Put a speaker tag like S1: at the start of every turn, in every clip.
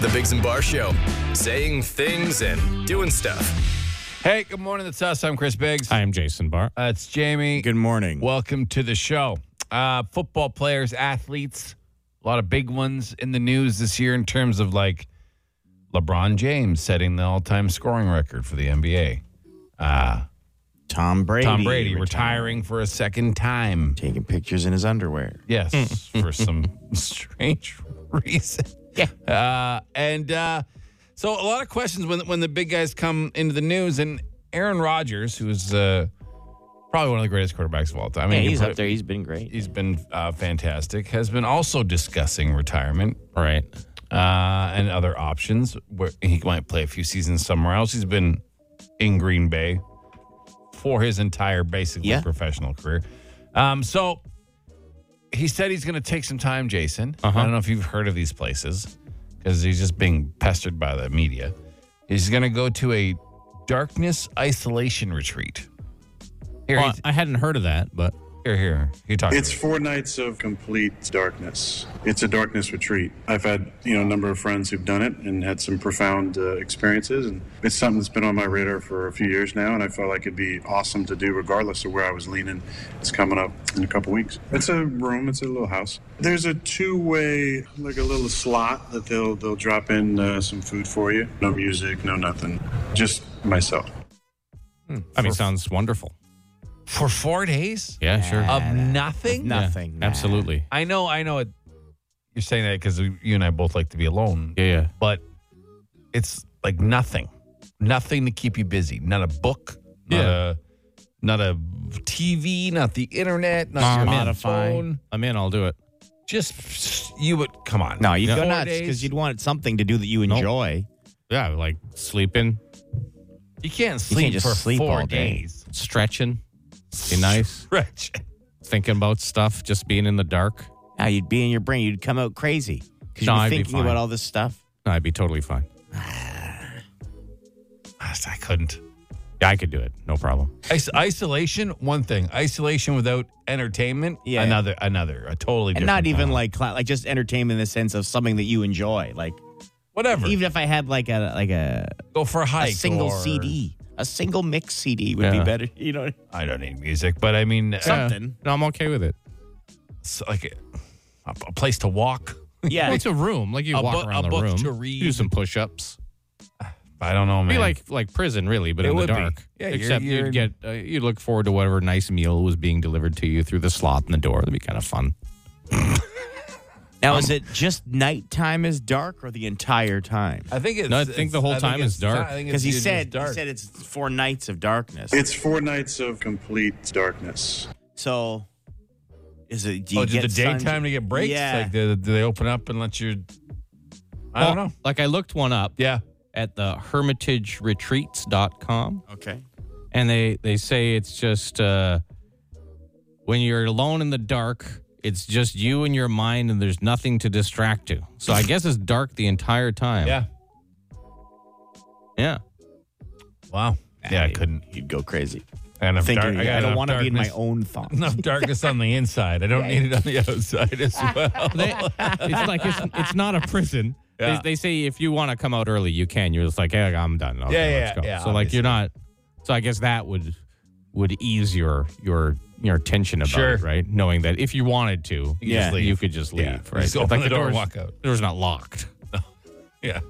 S1: The Biggs and Bar Show, saying things and doing stuff.
S2: Hey, good morning. It's us. I'm Chris Biggs.
S3: I am Jason Barr.
S2: Uh, it's Jamie.
S4: Good morning.
S2: Welcome to the show. Uh, football players, athletes, a lot of big ones in the news this year in terms of like LeBron James setting the all-time scoring record for the NBA.
S4: Tom Brady.
S2: Tom Brady
S4: retired.
S2: retiring for a second time.
S4: Taking pictures in his underwear.
S2: Yes,
S5: Hmm.
S2: for some strange reason. Yeah. Uh, and uh, so a lot of questions when when the big guys come into the news and Aaron Rodgers, who's uh, probably one of the greatest quarterbacks of all time. I mean,
S5: Yeah,
S2: you
S5: he's
S2: put-
S5: up there. He's been great.
S2: He's been uh, fantastic. Has been also discussing retirement
S3: Right.
S2: uh, and other options where he might play a few seasons somewhere else. He's been in Green Bay for his entire basically
S4: Yeah.
S2: professional career. Um, so he said he's going to take some time, Jason.
S3: Uh-huh.
S2: I don't know if you've heard of these places because he's just being pestered by the media. He's going to go to a darkness isolation retreat. Here,
S3: Well,
S2: he's-
S3: I hadn't heard of that, but
S2: here, here. He talks.
S6: It's four nights of complete darkness. It's a darkness retreat. I've had you know a number of friends who've done it and had some profound uh, experiences, and it's something that's been on my radar for a few years now, and I felt like it'd be awesome to do regardless of where I was leaning. It's coming up in a couple weeks. It's a room. It's a little house. There's a two-way, like a little slot that they'll they'll drop in uh, some food for you. No music, no nothing. Just myself.
S3: I mean, sounds wonderful.
S2: for four days
S3: Yeah, sure.
S2: of nothing.
S3: Yeah,
S4: Nothing. nah.
S3: Absolutely.
S2: I know, I know. It, you're saying that because you and I both like to be alone,
S3: Yeah, yeah.
S2: but it's like nothing, nothing to keep you busy. Not a book. Not
S3: Yeah.
S2: A, not a TV. Not the internet. Not your
S4: Spotify.
S2: phone.
S3: I'm in. I'll do it.
S2: Just you would come on.
S4: No, you'd
S2: Yeah.
S4: go
S2: Four
S4: nuts
S2: days.
S4: because you'd want something to do that you enjoy.
S3: Yeah, like sleeping,
S2: You can't sleep
S4: just
S2: for
S4: sleep
S2: four
S4: all day.
S2: days.
S3: stretching, be nice,
S2: Rich.
S3: thinking about stuff, just being in the dark.
S4: Now you'd be in your brain. You'd come out crazy because
S3: No,
S4: you're
S3: I'd be
S4: thinking
S3: fine.
S4: about all this stuff.
S3: No, I'd be totally fine.
S2: I couldn't.
S3: Yeah, I could do it. No problem.
S2: Is- isolation, one thing. Isolation without entertainment,
S4: Yeah.
S2: another, another. A totally
S4: And
S2: different.
S4: not even
S2: problem.
S4: like cla- like just entertainment in the sense of something that you enjoy. Like
S2: whatever.
S4: even if I had like a like a,
S2: go for a
S4: a
S2: hike.
S4: single
S2: or-
S4: CD, a single mix CD would
S3: Yeah.
S4: be better. You know,
S2: I don't need music, but I mean, uh,
S4: Something.
S3: No, I'm okay with it.
S2: s- like a, a place to walk.
S3: Well,
S4: yeah,
S3: it's a room. Like you
S2: A
S3: walk
S2: book-
S3: around
S2: a
S3: the
S2: book
S3: room,
S2: to read.
S3: do some push-ups.
S2: I don't know, man.
S3: Be like like prison, really, but
S2: It
S3: in the
S2: would be.
S3: dark.
S2: Yeah, you're-
S3: Except
S2: you're
S3: you'd get uh, you'd look forward to whatever nice meal was being delivered to you through the slot in the door. That'd be kind of fun.
S4: Now, is it just nighttime is dark or the entire time?
S2: I think it's.
S3: No, I think
S2: it's-
S3: the whole
S2: think
S3: time
S2: it's
S3: is dark.
S2: I think it's
S4: Because he
S2: usually
S4: said
S2: dark.
S4: he said it's four nights of darkness.
S6: It's four nights of complete darkness.
S4: so, is it? Do you
S2: oh, did
S4: get
S2: the daytime
S4: sun-
S2: to get breaks?
S4: Yeah.
S2: Like, do, do they open up and let you? I don't
S3: Well,
S2: know.
S3: Like I looked one up
S2: Yeah.
S3: at the hermitageretreats.com
S4: okay.
S3: and they they say it's just uh when you're alone in the dark, it's just you and your mind and there's nothing to distract you. So I guess it's dark the entire time.
S2: Yeah.
S3: Yeah.
S2: Wow. Yeah, I couldn't.
S4: You'd go crazy.
S2: I got enough dark-
S4: Thinking,
S2: I, got
S4: I, don't
S2: enough
S4: want to be in my
S2: darkness-
S4: own thoughts.
S2: Enough darkness on the inside. I don't need it on the outside as well.
S3: They- it's like it's, it's not a prison.
S2: Yeah.
S3: They, they say if you want to come out early, you can. You're just like, hey, I'm done. Okay,
S2: Yeah,
S3: let's
S2: yeah,
S3: go.
S2: yeah,
S3: so like you're not. So I guess that would would ease your your your tension about
S2: Sure.
S3: it, right? Knowing that if you wanted to,
S2: You just leave.
S3: you could just leave,
S2: Yeah.
S3: right?
S2: Just open
S3: Like
S2: the door and
S3: door's-
S2: walk out.
S3: Door's not locked.
S2: Yeah.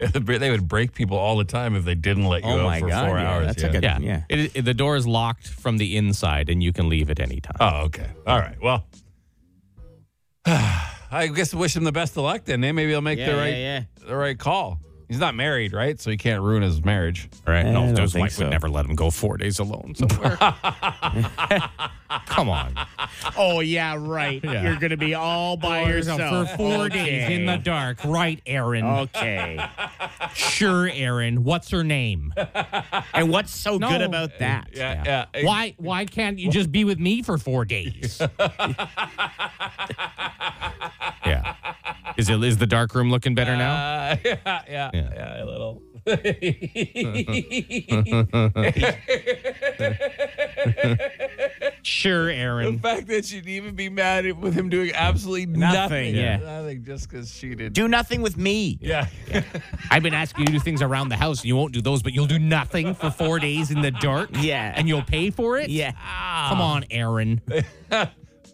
S2: they would break people all the time if they didn't let you
S4: Oh
S2: out
S4: my
S2: for
S4: God,
S2: four
S4: yeah,
S2: hours.
S4: that's like a-
S3: Yeah,
S4: Yeah.
S3: It, it- the door is locked from the inside, and you can leave at any time.
S2: Oh, okay. All right. Well, I guess wish him the best of luck then. eh? Maybe he'll make
S4: Yeah,
S2: the
S4: yeah,
S2: right
S4: yeah.
S2: the right call. He's not married, right? So he can't ruin his marriage.
S3: right?
S4: I
S3: No,
S4: don't
S3: his
S4: think
S3: wife
S4: so.
S3: would never let him go four days alone somewhere. Come on,
S4: Oh yeah, right. You're gonna be all by
S3: for four days in the dark, right, Aaron?
S4: Okay.
S3: Sure, Aaron. What's her name?
S4: and what's so
S3: No.
S4: good about that?
S2: Yeah, yeah.
S3: Yeah. Why why can't you just be with me for four days? yeah. Is it is the dark room looking better now?
S2: Uh, yeah, yeah, yeah, a
S3: Yeah.
S2: little.
S5: sure,
S2: The
S5: Aaron.
S2: fact that she'd even be mad at, with him doing absolutely nothing.
S5: Nothing,
S2: I think just because she did.
S4: Do nothing with me.
S2: yeah.
S5: I've been asking you to do things around the house, and you won't do those, but you'll do nothing for four days in the dark.
S4: Yeah.
S5: and you'll pay for it.
S4: Yeah.
S5: come on, Aaron.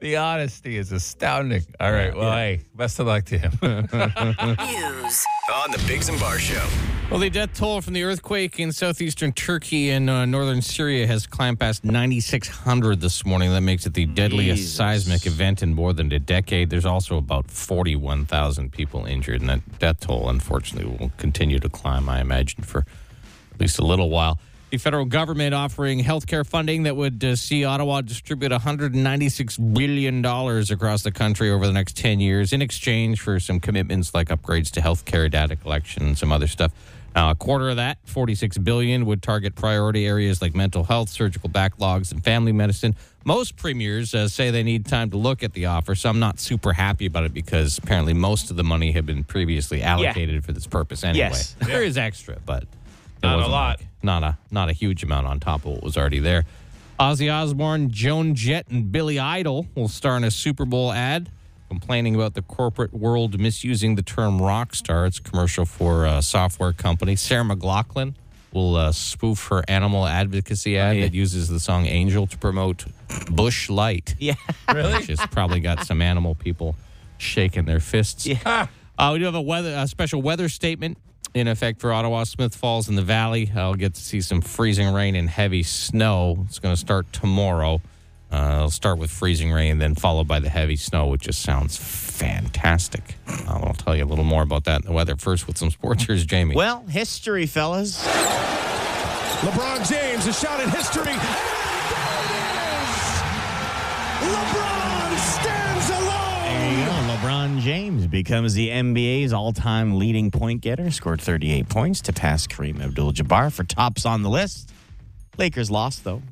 S2: the honesty is astounding. All right. Well, hey, best of luck to him.
S7: News.
S1: On the Biggs and Bar Show.
S3: Well, the death toll from the earthquake in southeastern Turkey and uh, northern Syria has climbed past 9,600 this morning. That makes it the deadliest
S4: Jesus.
S3: seismic event in more than a decade. There's also about 41,000 people injured, and that death toll, unfortunately, will continue to climb, I imagine, for at least a little while. The federal government offering health care funding that would uh, see Ottawa distribute $196 billion across the country over the next 10 years in exchange for some commitments like upgrades to health care data collection and some other stuff. Now, a quarter of that, $46 billion, would target priority areas like mental health, surgical backlogs, and family medicine. Most premiers uh, say they need time to look at the offer, so I'm not super happy about it because apparently most of the money had been previously allocated for this purpose anyway.
S4: Yes.
S3: There is extra, but it
S2: Not a
S3: wasn't
S2: lot.
S3: like- not a not a huge amount on top of what was already there. Ozzy Osbourne, Joan Jett, and Billy Idol will star in a Super Bowl ad complaining about the corporate world misusing the term rock star. It's a commercial for a software company. Sarah McLaughlin will uh, spoof her animal advocacy ad that uses the song Angel to promote Bush Light.
S4: Yeah.
S3: Really? Which has probably got some animal people shaking their fists. Yeah. Uh, we do have a weather, a special weather statement in effect for Ottawa, Smith Falls, and the Valley. I'll get to see some freezing rain and heavy snow. It's going to start tomorrow. Uh, it'll start with freezing rain, then followed by the heavy snow, which just sounds fantastic. Uh, I'll tell you a little more about that in the weather. First, with some sports, here's Jamie.
S4: Well, history, fellas.
S8: LeBron James, a shot at history. And there it is! LeBron stands alone!
S4: There you go. LeBron James becomes the NBA's all-time leading point getter. Scored 38 points to pass Kareem Abdul-Jabbar for tops on the list. Lakers lost though.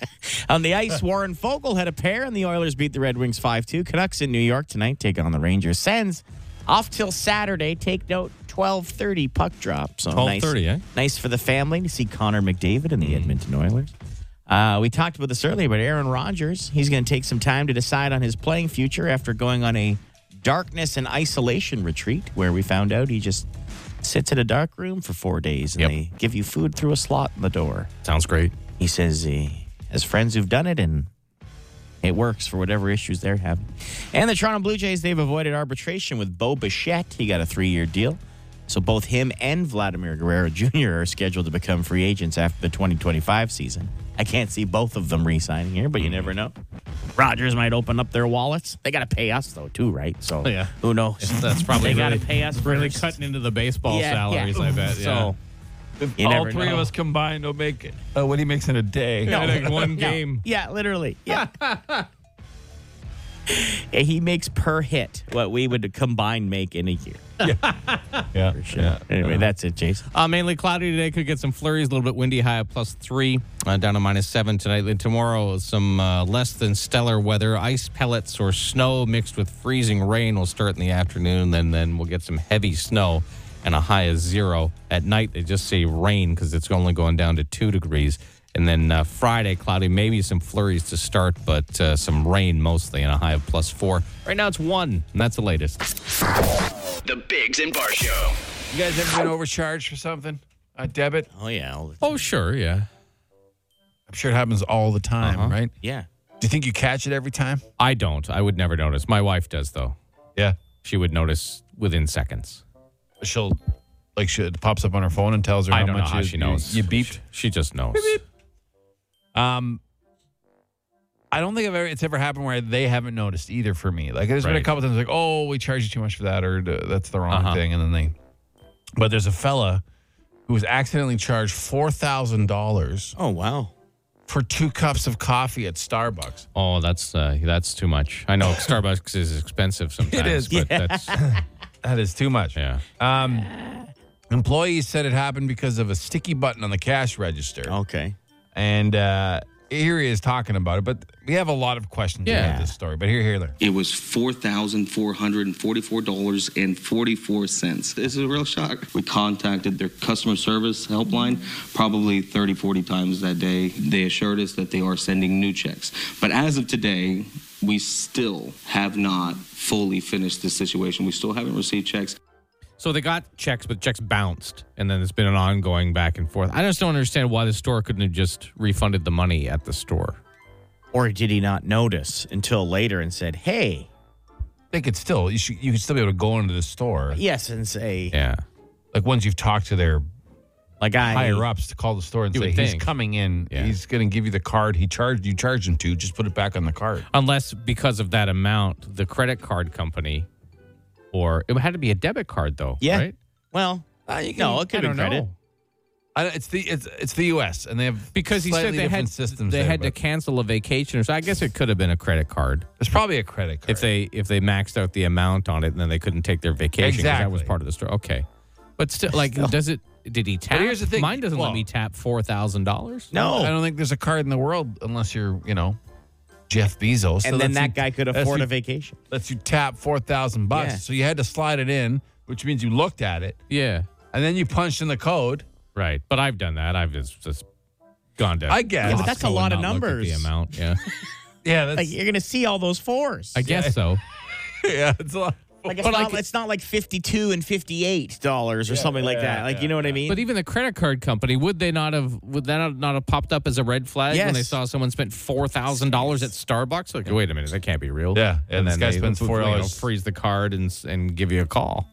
S4: on the ice, Warren Fogle had a pair, and the Oilers beat the Red Wings 5-2. Canucks in New York tonight take on the Rangers. Sens off till Saturday. Take note, 12:30 puck drop. So
S3: 12:30,
S4: nice,
S3: eh? Mm.
S4: nice for the family to see Connor McDavid and the Edmonton Oilers. Uh, we talked about this earlier, but Aaron Rodgers, he's going to take some time to decide on his playing future after going on a darkness and isolation retreat where we found out he just sits in a dark room for four days and
S3: Yep.
S4: they give you food through a slot in the door.
S3: sounds great.
S4: He says he has friends who've done it and it works for whatever issues they're having. And the Toronto Blue Jays, they've avoided arbitration with Bo Bichette. He got a three year deal. So both him and Vladimir Guerrero Jr. are scheduled to become free agents after the 2025 season. I can't see both of them re signing here, but you never know. Rogers might open up their wallets. They got to pay us, though, too, right? So
S3: Yeah.
S4: who knows?
S3: That's probably
S4: Oh, they got to
S3: really-
S4: pay us
S3: Really
S4: first.
S3: cutting into the baseball
S4: Yeah,
S3: salaries,
S4: yeah.
S3: I bet. Yeah.
S4: So you
S2: All
S4: never
S2: three
S4: know.
S2: of us combined will make uh, what he makes in a day.
S3: Like one
S4: No.
S3: game.
S4: Yeah, literally. Yeah. Yeah, he makes per hit what we would combine make in a year.
S2: Yeah. yeah.
S4: Anyway, that's it, Jason.
S3: Uh, mainly cloudy today. Could get some flurries. A little bit windy. High of plus three. Uh, down to minus seven tonight. Then tomorrow, some uh, less than stellar weather. Ice pellets or snow mixed with freezing rain will start in the afternoon. Then then we'll get some heavy snow and a high of zero. At night, they just say rain because it's only going down to two degrees. And then uh, Friday, cloudy, maybe some flurries to start, but uh, some rain mostly and a high of plus four. Right now, it's one, and that's the latest.
S1: The Biggs and Bar Show.
S2: You guys ever been overcharged for something? A debit?
S4: Oh yeah, all the-
S3: Oh, sure, yeah.
S2: I'm sure it happens all the time, right?
S4: yeah.
S2: Do you think you catch it every time?
S3: I don't. I would never notice. My wife does, though.
S2: Yeah.
S3: she would notice within seconds.
S2: She'll, like, she, it pops up on her phone and tells her
S3: I
S2: how
S3: don't know
S2: much
S3: how
S2: you,
S3: she knows.
S2: You, you beeped.
S3: She, she just knows.
S2: Um, I don't think I've ever, it's ever happened where they haven't noticed either for me. Like, there's been a
S3: Right.
S2: couple times, like, oh, we charge you too much for that, or "Uh, that's the wrong
S3: Uh-huh.
S2: thing. And then they, but there's a fella who was accidentally charged $4,000
S4: Oh wow.
S2: for two cups of coffee at Starbucks.
S3: Oh, that's uh, that's too much. I know Starbucks is expensive sometimes.
S2: is.
S3: but that's
S2: That is too much.
S3: yeah.
S2: Um, employees said it happened because of a sticky button on the cash register.
S4: Okay.
S2: And uh, here he is talking about it, but we have a lot of questions
S3: Yeah.
S2: about this story. But here, here, there.
S9: It was $4,444.44. This is a real shock. We contacted their customer service helpline probably 30, 40 times that day. They assured us that they are sending new checks. But as of today, we still have not fully finished this situation. We still haven't received checks.
S3: So they got checks, but checks bounced, and then it's been an ongoing back and forth. I just don't understand why the store couldn't have just refunded the money at the store.
S4: Or did he not notice until later and said, hey,
S2: They could still you, should, you could still be able to go into the store
S4: yes, and say,
S3: Yeah,
S2: like once you've talked to their
S4: like I.
S2: higher ups to call the store and
S3: You
S2: say
S3: would
S2: he's
S3: think.
S2: coming in.
S3: Yeah.
S2: He's going to give you the card he charged you charged him to. Just put it back on the card.
S3: unless because of that amount, the credit card company, or it had to be a debit card though.
S4: Yeah.
S3: right?
S4: Well,
S2: Oh,
S4: no, it could
S3: I
S4: be
S3: don't
S4: credit.
S3: know.
S2: I, it's the it's it's the U.S. and they have
S3: because he said
S2: slightly
S3: they
S2: different
S3: had
S2: systems.
S3: they
S2: there,
S3: had to
S2: but
S3: cancel a vacation, or so I guess it could have been a credit card
S2: It's probably a credit card.
S3: if they if they maxed out the amount on it, and then they couldn't take their vacation. 'cause that was
S2: Exactly.
S3: part of the story. Okay, but still, like, does it? Did he tap?
S2: here's the thing.
S3: Mine doesn't
S2: Well-
S3: let me tap four thousand dollars.
S4: No.
S2: I don't think there's a card in the world unless you're you know Jeff Bezos. So
S4: and then
S2: that's
S4: that
S2: you-
S4: guy could
S2: that's
S4: afford
S2: you-
S4: a vacation.
S2: lets you tap four thousand bucks.
S4: Yeah.
S2: So you had to slide it in, which means you looked at it,
S3: Yeah.
S2: and then you punched in the code.
S3: Right. But I've done that. I've just, just gone down.
S2: I guess. Yeah, but
S4: that's a lot of
S3: The
S4: numbers.
S3: amount. Yeah.
S2: Yeah, that's
S4: Like you're gonna see all those fours.
S3: I guess so.
S2: yeah, it's a lot.
S4: Like it's, not, it's not like fifty-two and fifty-eight dollars or something like that. Like you know what I mean?
S3: But even the credit card company, would they not have? Would that not have popped up as a red flag when they
S4: Yes.
S3: saw someone spent four thousand dollars at Starbucks? Like, wait a minute, that can't be real.
S2: Yeah, yeah,
S3: and
S2: this
S3: then
S2: guy
S3: they,
S2: spends
S3: you know,
S2: $4.
S3: Freeze the card and s- and give you a call.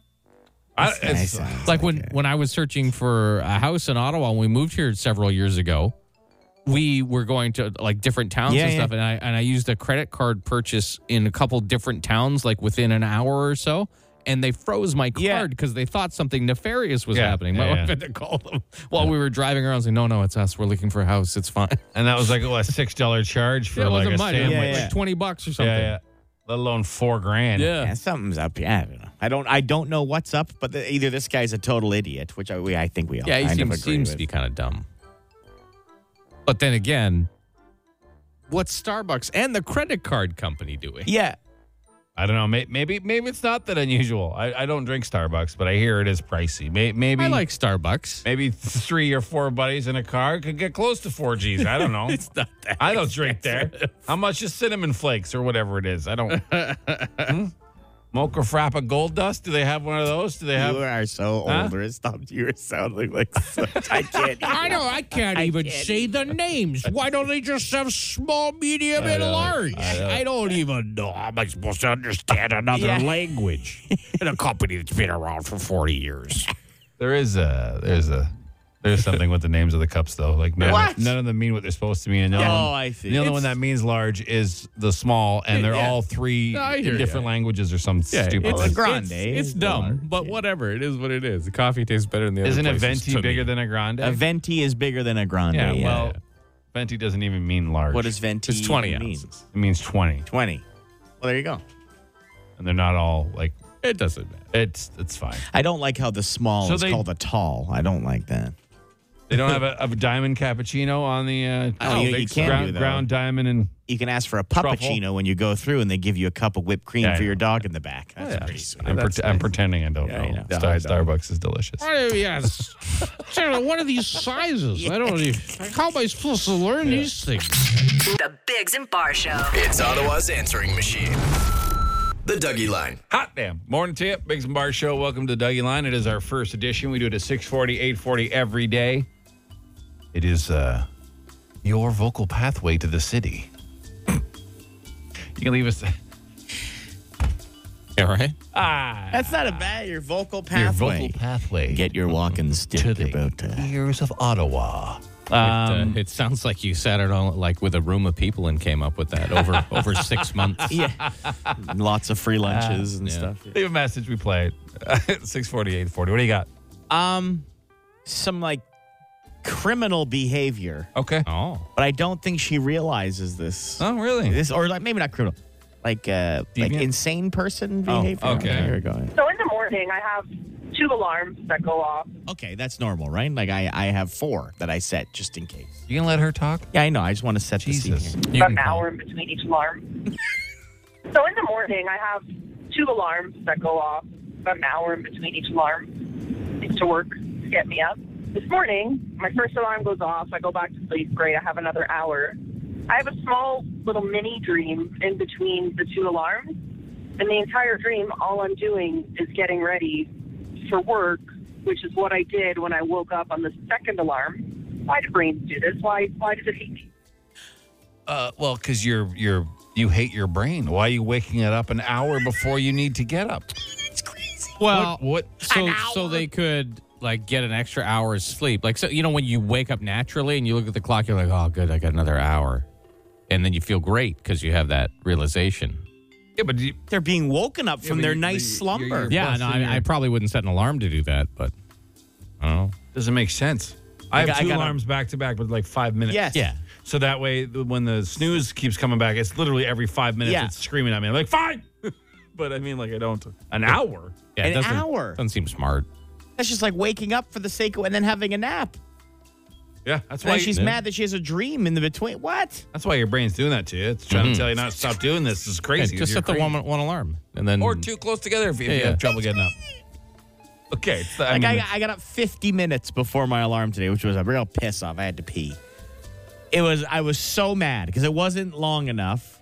S2: I, it's,
S3: like when when I was searching for a house in Ottawa when we moved here several years ago, we were going to like different towns
S4: Yeah,
S3: and
S4: yeah.
S3: stuff, and I and I used a credit card purchase in a couple different towns, like within an hour or so. And they froze my
S4: Yeah.
S3: card because they thought something nefarious was
S2: Yeah,
S3: happening.
S2: yeah,
S3: my
S2: yeah.
S3: wife had to call them while we were driving around, saying, "No, no, it's us. We're looking for a house. It's fine."
S2: and that was like oh, a six dollar charge for
S3: it
S2: like a
S3: wasn't mine. It was
S2: sandwich.
S4: Yeah,
S3: like
S4: yeah.
S3: twenty bucks or
S2: Yeah,
S3: something.
S2: yeah. Let alone four grand.
S3: Yeah.
S4: yeah, something's up. Yeah, I don't know. I don't. I don't know what's up. But the, either this guy's a total idiot, which I, we, I think we all
S3: Yeah, he
S4: kind of
S3: seems,
S4: agree
S3: seems
S4: with.
S3: to be kind of dumb. But then again, what's Starbucks and the credit card company doing?
S4: yeah,
S2: I don't know. may- Maybe maybe it's not that unusual. I, I don't drink Starbucks, but I hear it is pricey. May- Maybe
S3: I like Starbucks.
S2: maybe three or four buddies in a car could get close to four G's. I don't know. it's not that. I don't drink there. How much is cinnamon flakes or whatever it is? I don't. hmm? Mocha Frappa Gold Dust? Do they have one of those? Do they
S4: you
S2: have?
S4: are so
S2: Huh?
S4: old. Or stop. You are sounding like such, I can't.
S5: I know. I can't even say the names. Why don't they just have small, medium, and large? I don't, even know. How am I supposed to understand another language in a company that's been around for 40 years?
S2: There is a there's a there's something with the names of the cups though. Like none,
S4: What?
S2: none of them mean what they're supposed to mean. And the only
S4: Oh,
S2: one-
S4: I see.
S2: The only one that means large is the small, and they're all three
S3: I
S2: in
S3: hear
S2: different languages or some stupid.
S4: it's-
S2: one.
S4: grande.
S3: It's, it's
S4: It's
S3: dumb,
S4: large,
S3: but whatever. It is what it is. The coffee tastes better than the other.
S2: Isn't a
S3: places
S2: venti
S3: to me.
S2: bigger than a grande?
S4: A venti is bigger than a grande.
S2: yeah, well, venti doesn't even mean large.
S4: what does venti?
S3: It's 20
S4: mean?
S3: ounces.
S2: It means twenty,
S4: Twenty. Well, there you go.
S2: and they're not all like
S3: It doesn't matter.
S2: it's it's fine.
S4: I don't like how the small
S2: So
S4: is
S2: they-
S4: called a tall. I don't like that.
S2: They don't have a, a diamond cappuccino on the. Uh,
S4: I don't
S2: oh,
S4: you-
S2: they
S4: you can't
S2: ground,
S4: do that.
S2: ground diamond and
S4: You can ask for a
S2: Truffle.
S4: puppuccino when you go through, and they give you a cup of whipped cream
S2: Yeah, I
S4: for your
S2: know.
S4: dog in the back. That's pretty sweet.
S2: I'm, pret I'm pretending I don't
S4: Yeah,
S2: know.
S4: I know.
S2: Star- Starbucks is delicious.
S5: Oh, yes. Sarah, what are these sizes? I don't even. How am I supposed to learn these things?
S7: The Bigs and Bar Show.
S1: It's Ottawa's answering machine. The Dougie Line.
S2: Hot damn. Morning to you. Biggs and Bar Show. Welcome to the Dougie Line. It is our first edition. We do it at 640, 840 every day. It is uh, your vocal pathway to the city. you can leave us
S3: Yeah, right?
S4: That's not a bad. Your vocal
S2: your
S4: pathway.
S2: vocal pathway
S4: Get your walking stick.
S2: to
S4: you're
S2: the
S4: about to.
S2: ears of Ottawa.
S3: it, uh, it sounds like you sat it on like with a room of people and came up with that over over six months.
S4: Yeah. Lots of free lunches and stuff.
S2: Leave a message. We play it. 640, 840. What do you got?
S4: Um, some like criminal behavior,
S2: Okay.
S3: Oh,
S4: but I don't think she realizes this.
S2: Oh, really?
S4: This or like maybe not criminal, like uh, like
S2: Deviant?
S4: insane person behavior.
S2: okay.
S4: Here we go.
S10: So in the morning, I have two alarms that go off.
S4: Okay, that's normal, right? Like I, I have four that I set just in case.
S2: You gonna let her talk?
S4: Yeah, I know. I just want to set the
S2: Jesus.
S4: scene. Here.
S10: about an hour in between each alarm. so in the morning, I have two alarms that go off about an hour in between each alarm to work to get me up. This morning, my first alarm goes off. I go back to sleep. Great, I have another hour. I have a small little mini dream in between the two alarms. And the entire dream, all I'm doing is getting ready for work, which is what I did when I woke up on the second alarm. Why do brains do this? Why, why does it hate me?
S2: Uh, well, because you're you're you hate your brain. Why are you waking it up an hour before you need to get up?
S3: Well, what? So, so they could like get an extra hour of sleep. Like, so you know, when you wake up naturally and you look at the clock, you're like, "Oh, good, I got another hour," and then you feel great because you have that realization.
S2: Yeah, but you,
S4: They're being woken up from their nice slumber.
S3: Yeah, no, I, I probably wouldn't set an alarm to do that, but I don't know.
S2: doesn't make sense. I have
S4: got- I
S2: two
S4: got a-
S2: alarms back to back, but like five minutes.
S4: Yes. Yeah.
S2: So that way, the- when the snooze keeps coming back, it's literally every five minutes.
S4: Yeah.
S2: It's screaming at me. I'm like fine, but I mean, like I don't an hour.
S3: Yeah, it
S4: An
S3: doesn't-
S4: hour.
S3: doesn't seem smart.
S4: That's just like waking up for the sake of and then having a nap.
S2: Yeah, that's
S4: And
S2: why
S4: then she's
S2: you-
S4: mad that she has a dream in the between. What?
S2: That's why your brain's doing that to you. It's trying to tell you not to stop doing this. It's
S3: Yeah,
S2: crazy.
S3: just
S2: You're
S3: set the
S2: crazy.
S3: one one alarm and then
S2: or too close together if, if you
S3: Yeah, yeah.
S2: have trouble getting up. Okay, it's the- I
S4: Like
S2: mean,
S4: I, I got up 50 minutes before my alarm today, which was a real piss off. I had to pee. It was I was so mad because it wasn't long enough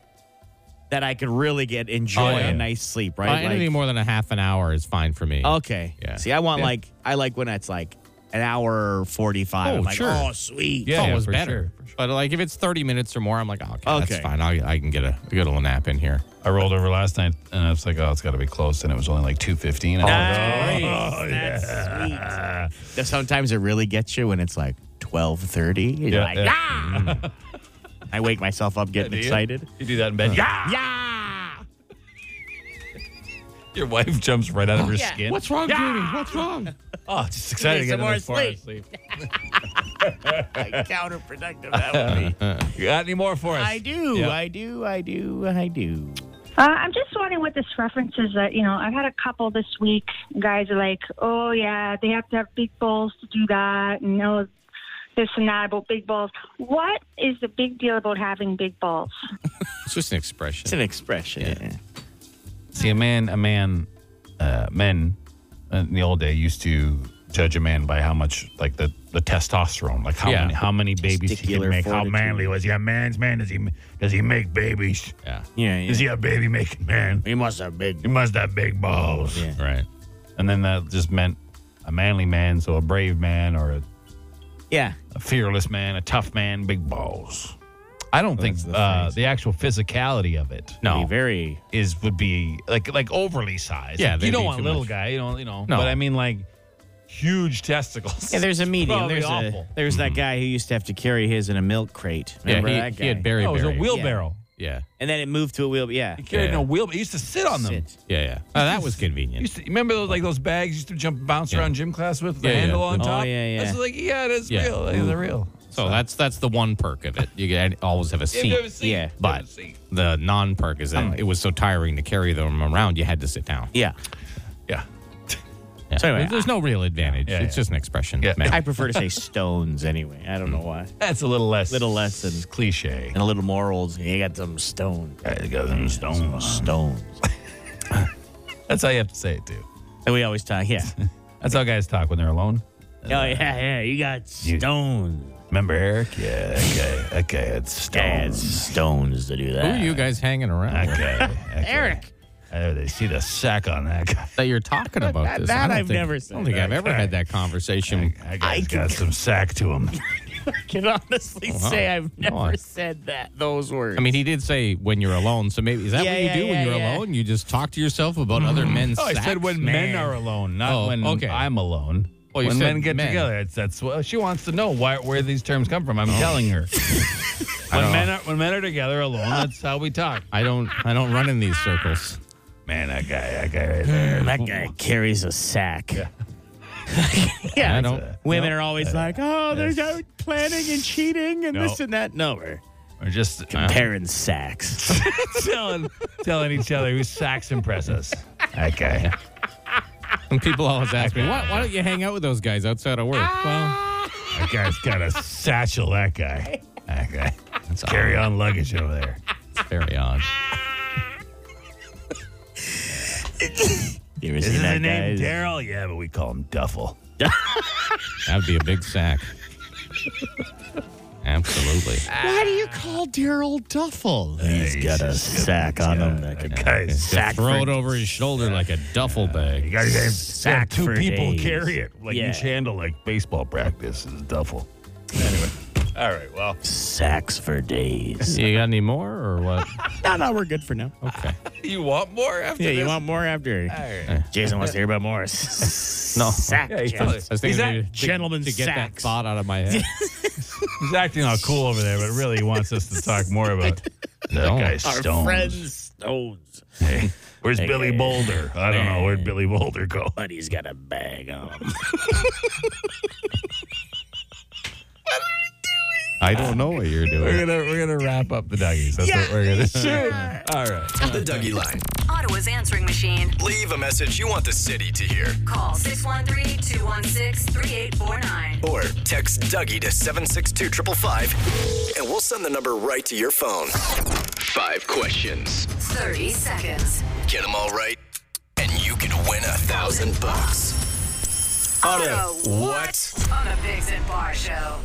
S4: that I could really get enjoy
S3: yeah.
S4: a nice sleep.
S3: Uh,
S4: Right? Like-
S3: anything more than a half an hour is fine for
S2: Oh,
S3: me.
S4: Okay.
S3: Yeah.
S4: See, I want
S3: Yeah.
S4: like I like when it's like an hour forty five.
S3: Oh,
S4: I'm like,
S3: sure.
S4: oh sweet.
S3: yeah,
S2: yeah,
S3: was
S2: for
S3: better.
S2: sure, for
S3: But like if it's thirty minutes or more, I'm like, "Oh, okay,
S4: Okay.
S3: that's fine. I, I can get a good little nap in here.
S2: I rolled over last night and I was like, oh, it's got to be close. And it was only like "Oh, 2.15. And I was like,
S4: Nice.
S3: Oh,
S4: That's sweet. Now, Sometimes it really gets you when it's like twelve thirty. You're
S2: Yeah,
S4: like,
S2: yeah.
S4: ah.
S3: Mm-hmm.
S4: I wake myself up getting
S2: do you?
S4: excited.
S2: You do that in bed. Yeah.
S3: Ah.
S4: Yeah.
S2: Your wife jumps right out of her
S4: yeah.
S2: skin.
S3: What's wrong, Judy? What's wrong?
S2: Oh, just excited to get
S4: Give me
S2: another
S4: some
S2: four
S4: more
S2: hours sleep.
S4: Like, counterproductive that would be.
S2: You got any more for us?
S4: I do.
S2: Yeah.
S4: I do. I do. I do.
S11: Uh, I'm just wondering what this reference is that, you know, I've had a couple this week. Guys are like, oh, yeah, they have to have big balls to do that. And no, this and that about big balls. What is the big deal about having big balls?
S3: It's just an
S4: It's
S3: expression.
S4: an expression. yeah.
S2: See, a man, a man, uh, men in the old day used to judge a man by how much, like the, the testosterone, like how
S3: Yeah.
S2: many how many babies he
S4: Testicular
S2: can make,
S4: fortitude.
S2: how manly was he? A man's man does he does he make babies?
S3: Yeah.
S4: Yeah. yeah.
S2: Is he a baby making man?
S4: We must have big.
S2: He must have big balls.
S4: Yeah.
S3: Right.
S2: And then that just meant a manly man, so a brave man or a,
S4: Yeah.
S2: a fearless man, a tough man, big balls. I don't think the, uh, the actual physicality of it
S4: Be very.
S2: is would be like like overly sized.
S3: Yeah,
S2: Like,
S3: they'd
S2: you don't
S3: be
S2: want
S3: too
S2: little
S3: much.
S2: guy. You don't you know.
S3: No.
S2: But I mean like huge testicles.
S4: Yeah, there's a medium.
S2: Probably
S4: There's
S2: awful.
S4: a, there's that guy who used to have to carry his in a milk crate. Remember
S3: Mm-hmm. yeah,
S4: that
S3: he,
S4: guy?
S3: he had Barry
S2: No, it was Oh, a
S3: Berry.
S2: wheelbarrow.
S3: Yeah.
S4: and then it moved to a wheel. Yeah.
S2: He carried in
S3: Yeah.
S2: a wheel. He used to sit on them.
S4: Sit.
S3: Yeah, yeah. Oh, that was
S2: He
S3: convenient.
S2: Used to, remember those like those bags you used to jump bounce around gym class with the
S3: Yeah, yeah.
S2: handle on
S4: Oh,
S2: top.
S4: yeah, yeah.
S2: That's like yeah, that's
S3: Yeah.
S2: real. That's real.
S3: So that's that's the one perk of it. You can always have a seat.
S4: Yeah.
S3: But the non perk is
S4: Oh,
S3: that it was so tiring to carry them around, you had to sit down.
S4: Yeah.
S2: yeah.
S3: Yeah.
S4: So anyway,
S3: There- there's no real advantage.
S2: Yeah,
S3: it's
S2: yeah.
S3: just an expression.
S2: Yeah.
S3: man.
S4: I prefer to say stones anyway. I don't know why.
S2: That's a little less.
S4: Little less than-
S2: cliche.
S4: And a little more old. You got some stones.
S2: Stones.
S4: Stones.
S2: That's how you have to say it too.
S4: And we always talk. Yeah. oh
S2: That's how guys talk when they're alone.
S4: yeah. Yeah. You got stones.
S2: Remember Eric? Yeah. Okay. Okay. It's
S4: Yeah, it's stones to do
S3: Who
S4: that.
S3: are you guys hanging around with
S2: Okay. Eric. Oh, they see the sack on that guy.
S3: that you're talking about this?
S4: that
S3: I don't
S4: I've
S3: think-
S4: never
S3: I
S4: said.
S3: don't think I've ever had that conversation.
S2: That guy's got some sack to him.
S4: can honestly
S3: wow.
S4: say I've
S3: Go
S4: never
S3: on.
S4: said that. Those words.
S3: I mean, he did say when you're alone. So maybe is that
S4: Yeah,
S3: what you
S4: yeah,
S3: do when
S4: yeah,
S3: you're
S4: yeah. Mm-hmm.
S3: alone? You just talk to yourself about other men's.
S2: Oh, I
S3: sacks?
S2: said when men are alone, not
S3: Oh,
S2: when
S3: okay.
S2: I'm alone.
S3: Oh, you
S2: when
S3: said
S2: men get
S3: men.
S2: together, it's, that's what she wants to know why, where these terms come from. I'm
S3: Oh.
S2: telling her. when men are when men are together alone, that's how we talk.
S3: I don't. I don't run in these circles.
S2: Man, that guy, that guy right there.
S4: that guy carries a sack. Yeah.
S3: I don't.
S4: Women are always like, oh, they're out planning and cheating and
S2: No.
S4: this and that. No, Uh-huh. we're
S2: We're just uh,
S4: comparing sacks.
S2: telling telling each other whose sacks impress us. That guy.
S3: And people always ask me, why, why don't you hang out with those guys outside of work?
S4: Ah.
S2: That guy's got a satchel, that guy. That guy. Let's carry on luggage over there.
S3: Well, carry on.
S4: You ever
S2: Is
S4: seen
S2: his
S4: that
S2: name
S4: guy?
S2: Daryl? Yeah, but we call him Duffel.
S3: That'd be a big sack. Absolutely.
S4: Why do you call Daryl Duffel? He's got a sack on him. That could
S2: Guys,
S3: Sack throw it over his shoulder like a duffel bag.
S2: you guys have
S4: Sack
S2: two
S4: for
S2: people
S4: days.
S2: carry it. Like
S4: Yeah.
S2: each handle, like baseball practice is Duffel. Anyway. All right, well.
S4: sacks for days.
S3: You got any more or what?
S4: no, no, we're good for now.
S3: Okay.
S2: You want more after
S4: Yeah,
S2: this?
S4: you want more after? Jason wants to hear about more. no. Sack.
S3: I was thinking
S2: Is that
S3: maybe to-
S4: gentleman
S3: to get that
S4: sacks?
S3: thought out of my head.
S2: He's acting all cool over there, but really he wants us to talk more about that
S3: No.
S2: guy's
S4: Our
S2: stones.
S4: friends stones.
S2: Where's Billy Boulder? I don't know. Where'd Billy Boulder go?
S4: But he's got a bag on.
S3: I don't know what you're doing.
S2: We're gonna we're gonna wrap up the doggies. That's what we're gonna do. All right.
S1: The Dougie Line.
S7: Ottawa's answering machine.
S1: Leave a message you want the city to hear.
S7: Call 613 216 3849.
S1: Or text Dougie to 762 555 and we'll send the number right to your phone. Five questions.
S7: 30 seconds.
S1: Get them all right, and you could win a thousand bucks. What?
S7: On the Bigs and Bar Show.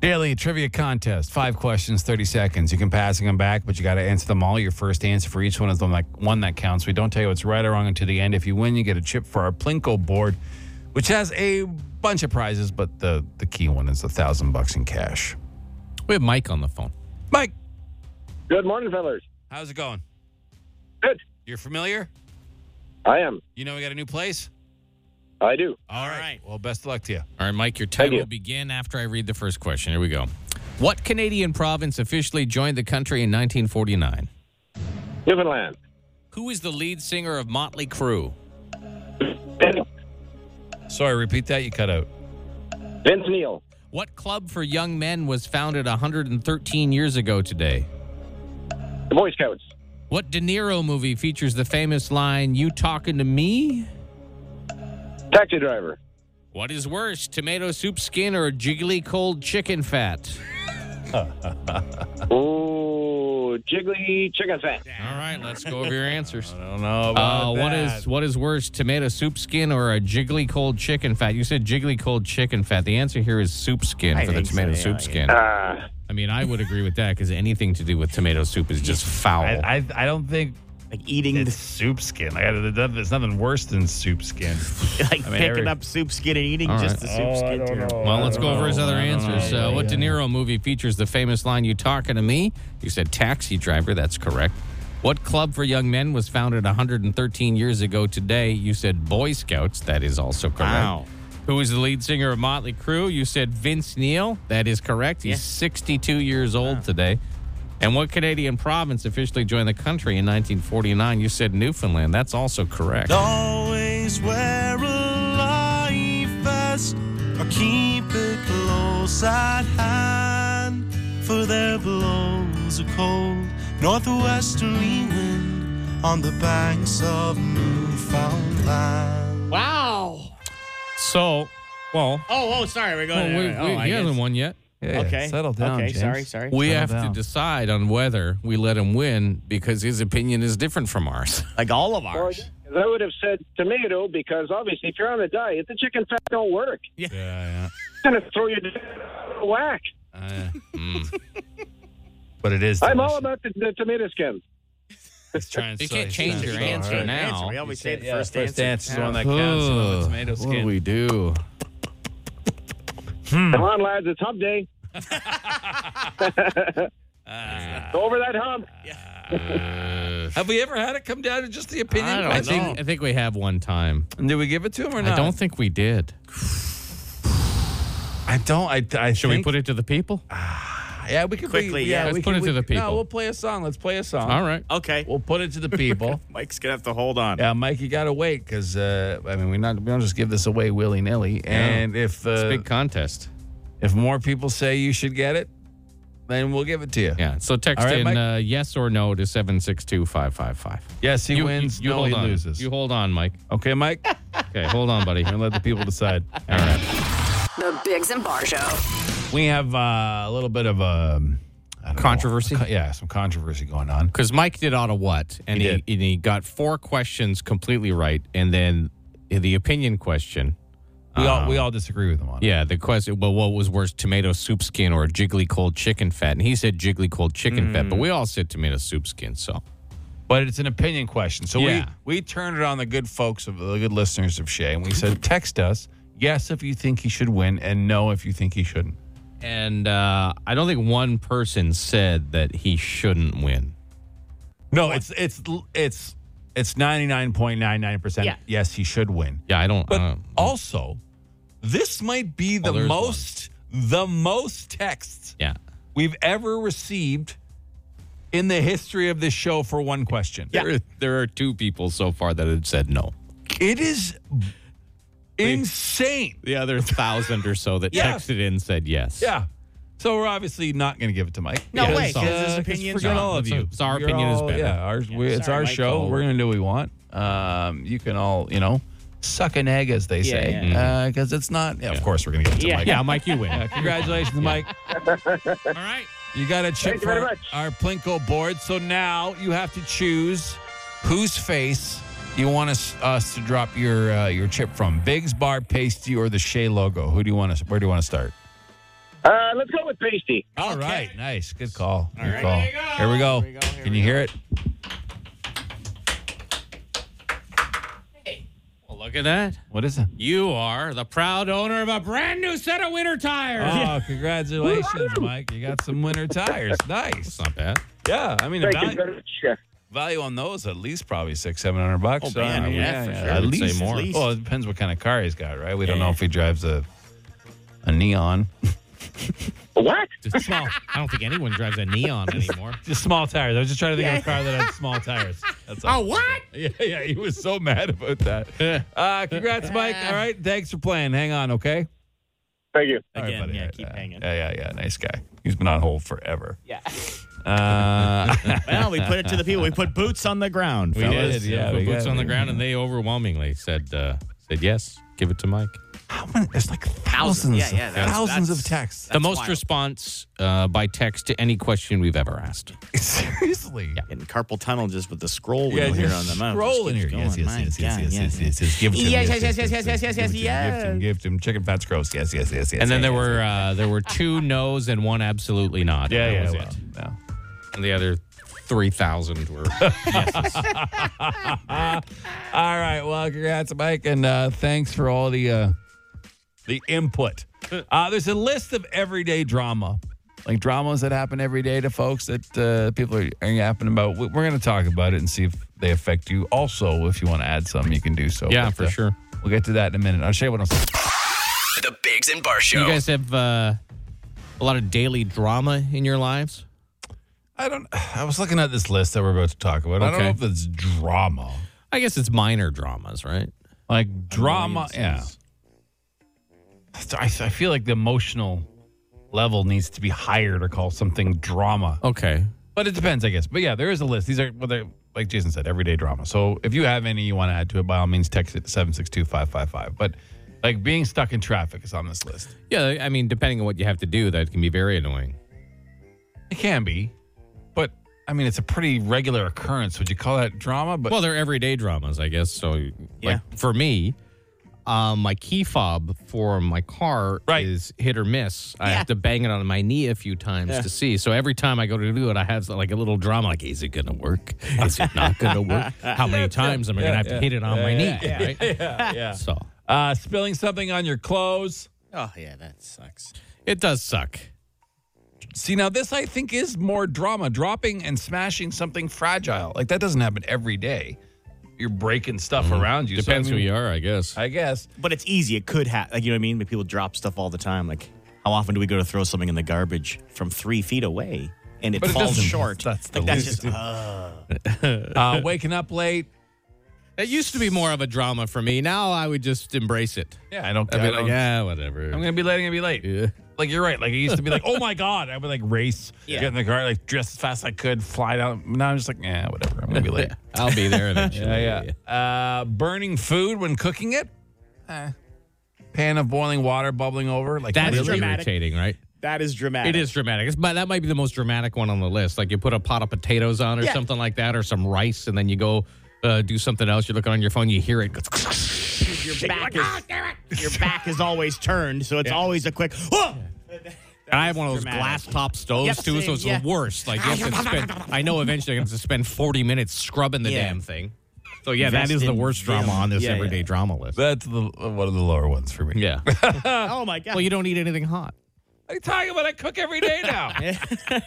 S2: Daily trivia contest. Five questions, 30 seconds. You can pass them back, but you got to answer them all. Your first answer for each one is the like one that counts. We don't tell you what's right or wrong until the end. If you win, you get a chip for our Plinko board, which has a bunch of prizes, but the, the key one is a thousand bucks in cash.
S3: We have Mike on the phone.
S2: Mike,
S12: Good morning, fellas.
S2: how's it going?
S12: Good.
S2: You're familiar?
S12: I am.
S2: You know we got a new place?
S12: I do.
S2: All right. Well, best of luck to you.
S3: All right, Mike, your time
S12: you.
S3: will begin after I read the first question. Here we go. What Canadian province officially joined the country in 1949?
S12: Newfoundland.
S3: Who is the lead singer of Motley Crue?
S2: Sorry, repeat that. You cut out.
S12: Vince Neal.
S3: What club for young men was founded 113 years ago today?
S12: The Boy Scouts.
S3: What De Niro movie features the famous line, You talking to me?
S12: Taxi driver.
S3: What is worse, tomato soup skin or jiggly cold chicken fat?
S12: Ooh, jiggly chicken fat.
S3: All right, let's go over your answers.
S2: I don't know. About
S3: Uh, what is what is worse, tomato soup skin or a jiggly cold chicken fat? You said jiggly cold chicken fat. The answer here is soup skin
S4: I
S3: for the
S4: think so,
S3: tomato
S4: yeah,
S3: soup
S4: yeah.
S3: skin.
S12: Ah,
S3: I mean, I would agree with that because anything to do with tomato soup is just foul.
S2: I, I, I don't think
S4: Like eating
S2: It's soup skin. I got to There's nothing worse than soup skin.
S4: the, like
S2: mean,
S4: picking
S2: every-
S4: up soup skin and eating
S3: All
S4: just
S3: right. Oh,
S4: the soup skin. too.
S3: well, let's go over his
S4: Oh,
S3: other
S2: I don't know.
S3: answers. uh, what De Niro movie features the famous line, You talking to me? You said taxi driver. That's correct. What club for young men was founded 113 years ago today? You said Boy Scouts. That is also correct.
S4: Wow.
S3: Who is the lead singer of Motley Crue? You said Vince Neil. That is correct. He's
S4: Yeah.
S3: 62 years old today. And what Canadian province officially joined the country in 1949? You said Newfoundland. That's also correct.
S8: Always wear a life vest or keep it close at hand, for there blows a cold northwesterly wind on the banks of Newfoundland.
S4: Wow.
S3: So, well,
S4: Oh, oh, sorry. We're
S3: well,
S4: going.
S3: we-
S4: oh,
S3: we-
S4: I
S3: he hasn't
S4: guess.
S3: won yet.
S4: Okay.
S2: Settle down.
S4: Okay.
S2: James.
S4: Sorry. Sorry.
S3: We
S2: Settle
S3: have
S2: down.
S3: to decide on whether we let him win because his opinion is different from ours.
S4: like all of
S12: well,
S4: ours.
S12: 'cause I would have said tomato because obviously if you're on a diet, the chicken fat don't work.
S2: Yeah, yeah.
S12: It's gonna throw you down whack.
S2: But it is.
S12: I'm all
S2: delicious.
S12: about the, the tomato skin.
S2: He's trying
S3: You
S2: so-
S3: can't
S2: he's
S3: change
S2: trying
S3: your
S2: so
S3: answer
S2: hard.
S3: now.
S4: We always say the
S2: Yeah,
S4: first,
S2: first answer
S4: answer.
S2: is the one that counts. you know, the tomato
S3: What do
S2: skin.
S3: we do?
S2: Hmm.
S12: Come on, lads, it's hump day. Go over that hump.
S2: Have we ever had it come down to just the opinion?
S4: I don't
S2: question?
S4: know.
S3: think I think we have one time.
S2: And Did we give it to him or
S3: I
S2: not?
S3: don't think we did.
S2: I don't. I. I
S3: Should we put it to the people?
S2: Uh-huh. Yeah, we could
S4: Quickly,
S2: Be,
S4: yeah,
S3: let's
S2: we can-
S3: put it
S2: we-
S3: to the people.
S2: No, we'll play a song. Let's play a song.
S3: All right.
S4: Okay.
S2: We'll put it to the people.
S4: Mike's gonna have to hold on.
S2: Yeah, Mike, you gotta wait because uh, I mean, we not we don't just give this away willy nilly. And if
S3: It's a
S2: uh,
S3: big contest.
S2: if more people say you should get it, then we'll give it to you.
S3: Yeah. So text
S2: All right,
S3: in
S2: Mike.
S3: uh, yes or no to 762 555.
S2: Yes, he wins. no,
S3: hold
S2: he
S3: on.
S2: loses.
S3: You hold on, Mike.
S2: okay, Mike.
S3: Okay, hold on, buddy. And let the people decide. All right.
S7: The Biggs and Bar Show.
S2: We have uh, a little bit of um, I don't know.
S3: Controversy?
S2: Co- yeah, some controversy going on.
S3: Because Mike did auto what, and
S2: He
S3: he,
S2: did.
S3: and he got four questions completely right, and then the opinion question.
S2: We all we all disagree with him on. it.
S3: Yeah, the question. Well, what was worse, tomato soup skin or jiggly cold chicken fat? And he said jiggly cold chicken fat,
S2: Hmm.
S3: but we all said tomato soup skin. So
S2: but it's an opinion question. So
S3: Yeah.
S2: we we turned it on the good folks of the good listeners of Shea, and we said text us yes if you think he should win, and no if you think he shouldn't.
S3: and uh, I don't think one person said that he shouldn't win.
S2: No, it's it's it's it's ninety nine point nine nine percent.
S13: Yeah.
S2: Yes, he should win.
S3: Yeah, I don't. uh, I
S2: But
S3: don't-
S2: also, this might be the
S3: Oh, there's
S2: most the most texts
S3: yeah,
S2: we've ever received in the history of this show for one question.
S3: There, there are two people so far that have said no.
S2: It is insane.
S3: The other thousand or so that
S2: Yeah.
S3: texted in said yes.
S2: Yeah. So we're obviously not going to give it to Mike.
S4: No
S2: Because,
S4: way, 'cause his
S2: uh,
S4: opinion's
S2: forget
S4: wrong.
S2: all of
S3: It's
S2: you.
S3: a- it's our
S2: You're
S3: opinion is
S2: all-
S3: better.
S2: Yeah, ours, we, it's
S4: sorry,
S2: our
S4: Mike,
S2: show.
S4: Cole.
S2: We're going to do what we want. Um, you can all, you know, suck an egg, as they say,
S3: Mm-hmm.
S4: yeah.
S2: because it's not. Yeah, of course we're going to give it to Mike.
S3: Yeah, Mike, you win.
S2: Yeah, congratulations, Mike.
S3: All right.
S2: You got a chip
S12: Thank you very
S2: for
S12: much.
S2: our Plinko board. So now you have to choose whose face you want us, us to drop your uh, your chip from. Big's Bar Pasty or the Shea logo. Who do you want us? Where do you want to start?
S12: Uh, let's go with pasty.
S2: All right, nice, good call. Good call. Here we go. Can you hear it?
S3: Well, look at that.
S2: What is it?
S3: You are the proud owner of a brand new set of winter tires.
S2: Oh, congratulations, Mike! You got some winter tires. Nice.
S3: That's not bad.
S2: Yeah, I mean the
S12: Thank you
S2: value,
S12: very much, Chef.
S2: value on those at least probably six, seven hundred bucks. uh,
S4: Oh, man, yeah, for sure.
S3: I
S2: At
S3: would
S2: least
S3: say more.
S4: least.
S2: Well, it depends what kind of car he's got, right? We don't know if he drives a a neon.
S12: What?
S3: Just small. I don't think anyone drives a neon anymore.
S2: Just small tires. I was just trying to think of a car that had small tires. That's all.
S3: Oh, what?
S2: Yeah, yeah. He was so mad about that. Uh, congrats, Mike. All right. Thanks for playing. Hang on, okay?
S12: Thank you.
S2: All
S4: Again, yeah,
S2: all
S4: keep
S2: uh,
S4: hanging.
S2: Yeah, yeah, yeah. Nice guy. He's been on hold forever.
S4: Yeah.
S2: Uh,
S4: well, we put it to the people. We put boots on the ground,
S3: We
S4: fellas.
S3: did. Yeah,
S2: Yeah, we
S3: boots
S2: got
S3: on the
S2: it.
S3: ground, and they overwhelmingly said uh, said yes. Give it to Mike.
S2: how many? There's like thousands,
S4: Yeah, yeah, that's-
S2: thousands of
S4: that's-
S2: texts.
S3: the most
S4: wild.
S3: response uh, by text to any question we've ever asked.
S2: Seriously. Yeah.
S4: Getting carpal tunnel just with the scroll
S2: Yeah,
S4: wheel here
S2: just
S4: on the mouse.
S2: scroll in here. Yes, yes, yes, yes, yes, yes, yes, yes. Give it to him.
S4: Yes, yes, yes, yes, yes, yes,
S2: give it to him, Give
S4: yes,
S2: it to him. Give it to him. Chicken fat's gross. Yes, yes, yes, yes.
S3: And then
S2: yes,
S3: there
S2: yes,
S3: were uh, there were two no's and one absolutely not.
S2: Yeah,
S3: That
S2: yeah.
S3: was
S2: well,
S3: it.
S2: yeah.
S3: And the other three thousand were.
S2: All right. Well, congrats, Mike, and uh, thanks for all the uh, the input. Uh, there's a list of everyday drama, like dramas that happen every day to folks that uh, people are, are yapping about. We- We're going to talk about it and see if they affect you. Also, if you want to add some, you can do so.
S3: yeah,
S2: But,
S3: for
S2: uh,
S3: sure.
S2: We'll get to that in a minute. I'll show you what I'm saying.
S1: The Biggs and Bar Show.
S3: You guys have uh, a lot of daily drama in your lives.
S2: I don't. I was looking at this list that we're about to talk about. I don't
S3: Okay.
S2: know if it's drama,
S3: I guess it's minor dramas, right?
S2: like drama. Yeah. I, I feel like the emotional level needs to be higher to call something drama,
S3: Okay.
S2: but it depends, I guess. But yeah, there is a list. These are well, they're, like Jason said, everyday drama. So if you have any you want to add to it, by all means, text it to seven six two five five five. But like being stuck in traffic is on this list.
S3: Yeah, I mean, depending on what you have to do, that can be very annoying.
S2: It can be, but I mean, it's a pretty regular occurrence. Would you call that drama? But
S3: well, they're everyday dramas, I guess. So, like
S4: Yeah.
S3: for me, um, my key fob for my car
S2: Right.
S3: is hit or miss. I have to bang it on my knee a few times to see. So every time I go to do it, I have like a little drama. Like, is it gonna work? Is it not gonna work? How many times am I gonna have to hit it on my knee? right?
S2: yeah.
S3: So
S2: Uh, spilling something on your clothes.
S4: Oh, yeah, that sucks.
S3: it does suck.
S2: See, now this I think is more drama dropping and smashing something fragile. Like that doesn't happen every day. You're breaking stuff around Mm-hmm. you. So,
S3: Depends
S2: I mean,
S3: who you are, I guess.
S2: I guess.
S4: But it's easy. It could happen. Like, you know what I mean? But people drop stuff all the time. Like, how often do we go to throw something in the garbage from three feet away and it
S2: But it
S4: falls
S2: doesn't-
S4: short?
S2: that's the
S4: like, that's
S2: least.
S4: just, uh,
S2: Uh, waking up late.
S3: It used to be more of a drama for me. Now I would just embrace it.
S2: Yeah, I don't.
S3: I'd
S2: I
S3: be
S2: don't-
S3: like, yeah, whatever.
S2: I'm gonna be late. I'm gonna be late. Like you're right. Like I used to be like, oh my god, I would like race, get in the car, like dress as fast as I could, fly down. Now I'm just like, yeah, whatever. I'm gonna be late.
S3: I'll be there eventually.
S2: yeah, yeah. Uh, burning food when cooking it. Eh. pan of boiling water bubbling over. Like
S3: That's
S2: really?
S3: irritating, right?
S4: That is dramatic.
S3: It is dramatic. It's, but that might be the most dramatic one on the list. Like you put a pot of potatoes on or
S4: Yeah.
S3: something like that, or some rice, and then you go uh, do something else. You're looking on your phone, you hear it.
S4: Your back is your back is always turned, so it's always a quick. "Whoa!"
S3: And I have one of those
S4: Dramatic.
S3: glass top stoves
S4: Yep,
S3: too,
S4: same,
S3: so it's
S4: yeah.
S3: the worst. Like you have to spend. I know eventually I'm going to spend 40 minutes scrubbing the
S4: Yeah.
S3: damn thing. So yeah, that is
S4: Invest
S3: the
S4: in
S3: worst drama
S4: them.
S3: on this
S4: Yeah,
S3: everyday
S4: yeah.
S3: drama list.
S2: That's the one of the lower ones for me.
S3: Yeah.
S4: Oh my god!
S3: well, you don't eat anything hot.
S2: What are you talking about? I cook every day now.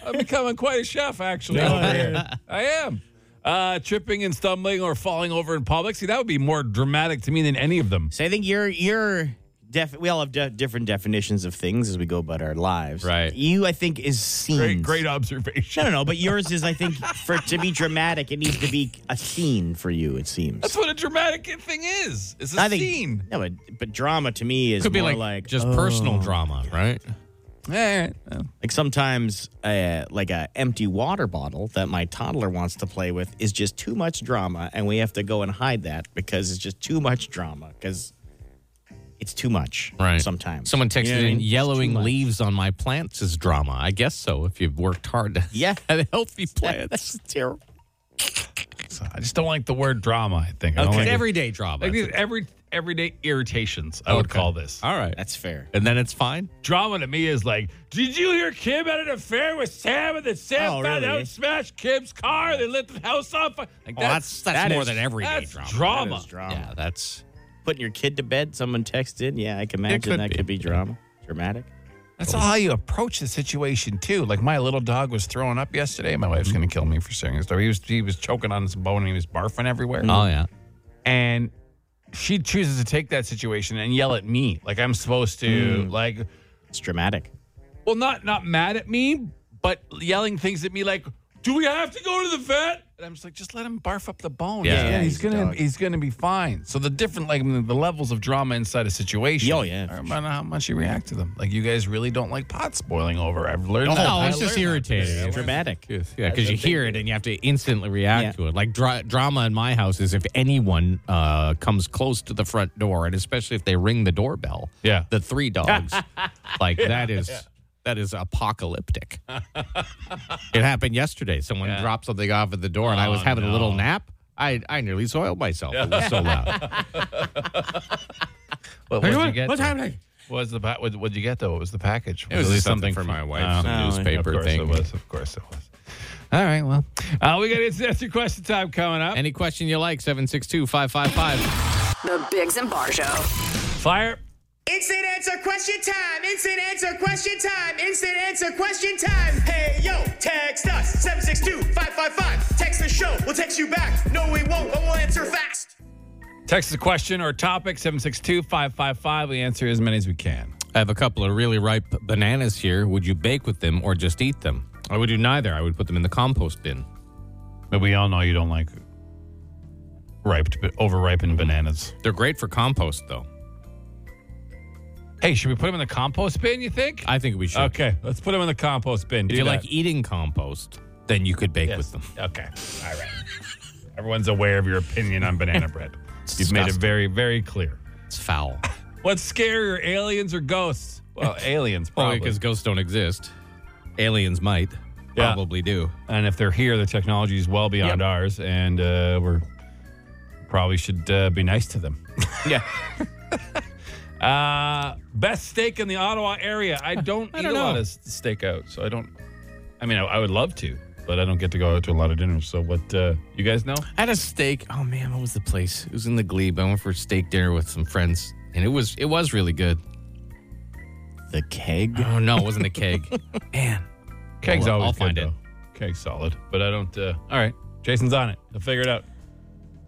S2: I'm becoming quite a chef, actually. over here. I am. Uh, tripping and stumbling or falling over in public. See, that would be more dramatic to me than any of them.
S4: So I think you're you're def. We all have de- different definitions of things as we go about our lives.
S3: Right.
S4: You, I think, is scenes.
S2: Great, great observation.
S4: No, no, no. But yours is, I think, for it to be dramatic, it needs to be a scene for you. It seems.
S2: That's what a dramatic thing is. It's a
S4: I think,
S2: scene.
S4: No, but, but drama to me is
S3: Could be
S4: more
S3: like,
S4: like
S3: just
S4: oh.
S3: personal drama, right?
S4: Like sometimes, uh, like a empty water bottle that my toddler wants to play with is just too much drama, and we have to go and hide that because it's just too much drama because it's too much. Sometimes
S3: someone texted
S4: You know what I
S3: in
S4: mean? It's
S3: yellowing
S4: too much."
S3: leaves on my plants is drama. I guess so. If you've worked hard to
S4: Yeah.
S3: have healthy plants.
S4: That's terrible.
S2: I just don't like the word drama, I think. I don't
S4: Okay.
S2: like
S3: It's
S2: it.
S3: everyday drama.
S2: Like these every everyday irritations, I would
S3: Okay.
S2: call this.
S3: All right.
S4: That's fair.
S3: and then it's fine.
S2: Drama to me is like, did you hear Kim had an affair with Sam and then Sam
S4: Oh,
S2: found
S4: really?
S2: out smashed Kim's car? They lit the house on fire. Like
S3: Oh, that's that's
S4: that
S3: more
S4: is-
S3: than everyday
S2: that's
S3: drama.
S2: drama.
S4: That's drama.
S3: Yeah, that's
S4: Putting your kid to bed. Someone texted. Yeah, I can imagine
S3: could
S4: that
S3: be.
S4: could be drama, dramatic.
S2: That's all how you approach the situation too. Like my little dog was throwing up yesterday. My wife's gonna kill me for saying this. though. He was he was choking on his bone and he was barfing everywhere.
S3: oh yeah.
S2: And she chooses to take that situation and yell at me like I'm supposed to.
S3: Hmm.
S2: Like,
S4: It's dramatic.
S2: well, not not mad at me, but yelling things at me like, "Do we have to go to the vet?" And I'm just like, just let him barf up the bone.
S3: Yeah.
S2: He's gonna- he's,
S4: Yeah, he's a
S2: gonna
S4: dog.
S2: he's gonna be fine. So the different like the levels of drama inside a situation.
S4: Oh, yeah, for
S2: I don't know how much you react to them. Like you guys really don't like pots boiling over. I've learned.
S3: No,
S2: that. I
S3: it's
S2: learned
S3: just
S2: that.
S3: irritating.
S4: It's dramatic.
S3: Yeah, because you hear it and you have to instantly react
S4: Yeah.
S3: to it. Like dra- drama in my house is if anyone uh, comes close to the front door, and especially if they ring the doorbell.
S2: Yeah.
S3: the three dogs. like that is that is apocalyptic. it happened yesterday. Someone dropped something off at the door, and I was having a little nap. I I nearly soiled myself. It was so loud.
S2: What, what'd you get?
S3: happening?
S2: What was the pa- what, what'd you get though? What was the package?
S3: It was something for my wife, some newspaper
S2: Oh. of course
S3: thing.
S2: It was. Of course it was. All right. Well, uh, we got answer that's your question time coming up.
S3: Any question you like, 762 555.
S7: The Bigs and Bar Show.
S2: Fire.
S13: Instant answer question time. Instant answer question time. Instant answer question time. Hey, yo, text us 762 555. Text the show. We'll text you back. No, we won't, but we'll answer fast.
S2: Text the question or topic 762-555. We answer as many as we can.
S3: I have a couple of really ripe bananas here. Would you bake with them or just eat them? I would do neither. I would put them in the compost bin.
S2: But we all know you don't like ripe, overripened bananas.
S3: They're great for compost, though.
S2: Hey, should we put them in the compost bin? You think?
S3: I think we should.
S2: okay, let's put them in the compost bin.
S3: If you like eating compost, then you could bake with them.
S2: Okay. All right. Everyone's aware of your opinion on banana bread. You've made it
S3: disgusting.
S2: very, very clear.
S3: It's foul.
S2: What's scarier, aliens or ghosts? Well, aliens
S3: Probably
S2: probably.
S3: because ghosts don't exist. Aliens might.
S2: Yeah.
S3: Probably do.
S2: and if they're here, the technology is well beyond
S3: Yep.
S2: ours, and uh, we're probably should uh, be nice to them.
S3: Yeah.
S2: Uh, best steak in the Ottawa area. I don't eat
S3: don't
S2: a lot
S3: know.
S2: of s- steak out, so I don't. I mean, I, I would love to, but I don't get to go out to a lot of dinners. So what? Uh, you guys know?
S3: I had a steak. Oh man, what was the place? It was in the Glebe. I went for steak dinner with some friends, and it was it was really good.
S4: The keg.
S3: Oh no, it wasn't a keg. man,
S2: Keg's
S3: I'll-
S2: always
S3: I'll
S2: good,
S3: find it.
S2: though. Keg's solid, but I don't. Uh, all right, Jason's on it. He'll figure it out.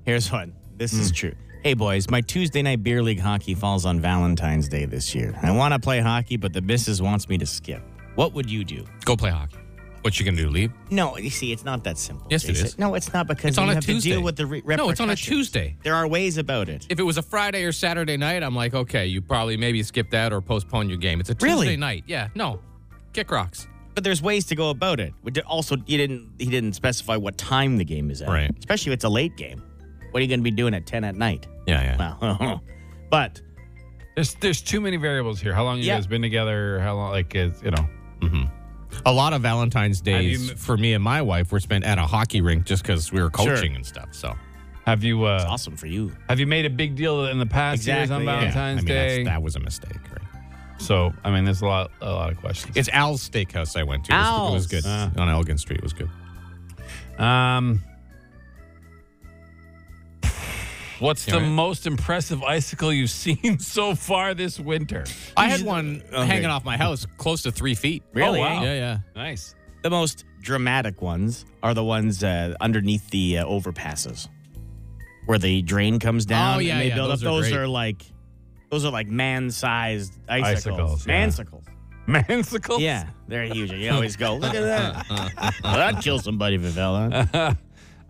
S4: Here's one. This is
S3: Hmm.
S4: true. Hey, boys, my Tuesday night beer league hockey falls on Valentine's Day this year. I want to play hockey, but the missus wants me to skip. What would you do?
S3: go play hockey. What you gonna do? Leave?
S4: No, you see, it's not that simple.
S3: Yes, it
S4: Jason.
S3: is.
S4: No, it's not because
S3: It's
S4: you
S3: on a
S4: have
S3: Tuesday.
S4: to deal with the re-
S3: No, it's on a
S4: repercussions.
S3: Tuesday.
S4: There are ways about it.
S3: If it was a Friday or Saturday night, I'm like, okay, you probably maybe skip that or postpone your game. It's a Tuesday
S4: Really?
S3: night. Yeah, no, kick rocks.
S4: But there's ways to go about it. We did- Also, you didn't he didn't specify what time the game is at. Right. Especially if it's a late game. What are you going to be doing at ten at night?
S3: Yeah, yeah.
S4: Well, but
S2: There's there's too many variables here. How long you
S4: Yeah.
S2: guys been together? How long? Like it's, you know.
S3: A lot of Valentine's days
S2: you-
S3: for me and my wife were spent at a hockey rink just because we were coaching
S2: Sure.
S3: and stuff. So
S2: Have you uh,
S4: awesome for you.
S2: have you made a big deal in the past years on
S3: Yeah, I mean,
S2: Valentine's
S3: that's-
S2: Day?
S3: that was a mistake. Right?
S2: So I mean, there's a lot a lot of questions.
S3: It's Al's Steakhouse I went to. It was- It was good
S2: Al's. Ah.
S3: on Elgin Street. It was good.
S2: Um, what's
S3: Yeah,
S2: the
S3: right.
S2: most impressive icicle you've seen so far this winter?
S3: I had one hanging off my house, close to three feet.
S4: Really?
S3: Oh, wow. Yeah, yeah.
S2: Nice.
S4: the most dramatic ones are the ones uh, underneath the uh, overpasses, where the drain comes down.
S3: Oh, yeah,
S4: and they
S3: yeah,
S4: build
S3: those
S4: up.
S3: are
S4: those
S3: great.
S4: are like those are like man-sized
S2: Icicles,
S4: icicles.
S2: yeah.
S4: Mansicles.
S2: Mansicles?
S4: Yeah, they're huge. You always go look at that. well, that'd kill somebody, Vivella.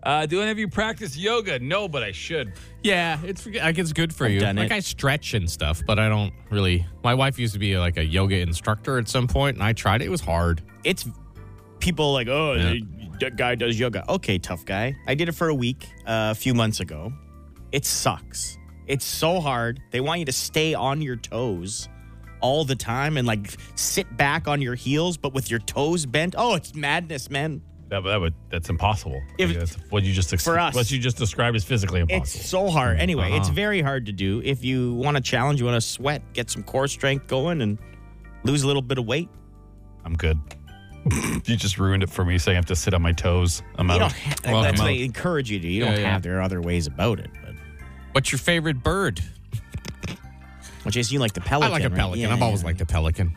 S2: Uh, do any of you practice yoga? No, but I should.
S3: Yeah, it's like it's good for
S4: I've
S3: you.
S4: done
S3: like
S4: it.
S3: I stretch and stuff, but I don't really. My wife used to be like a yoga instructor at some point, and I tried it. It was hard.
S4: it's people like, oh,
S3: Yeah.
S4: that guy does yoga. Okay, tough guy. I did it for a week uh, a few months ago. It sucks. It's so hard. They want you to stay on your toes all the time and like sit back on your heels, but with your toes bent. Oh, it's madness, man.
S2: That, that would that's impossible.
S4: If-
S2: Like, that's what you just ex-
S4: For us.
S2: what you just described is physically impossible.
S4: It's so hard. Anyway, it's very hard to do. If you want to challenge, you want to sweat, get some core strength going, and lose a little bit of weight.
S2: I'm good. you just ruined it for me saying I have to sit on my toes. I'm
S4: You
S2: out.
S4: don't. Have,
S2: Uh-huh. Well,
S4: that's
S2: I'm
S4: what
S2: out.
S4: they encourage you to. You
S3: Yeah,
S4: don't
S3: yeah.
S4: have. There are other ways about it. But
S3: What's your favorite bird?
S4: Well, Jason, you like the pelican.
S3: I like a
S4: right?
S3: pelican.
S4: Yeah,
S3: I've
S4: yeah.
S3: always liked a pelican.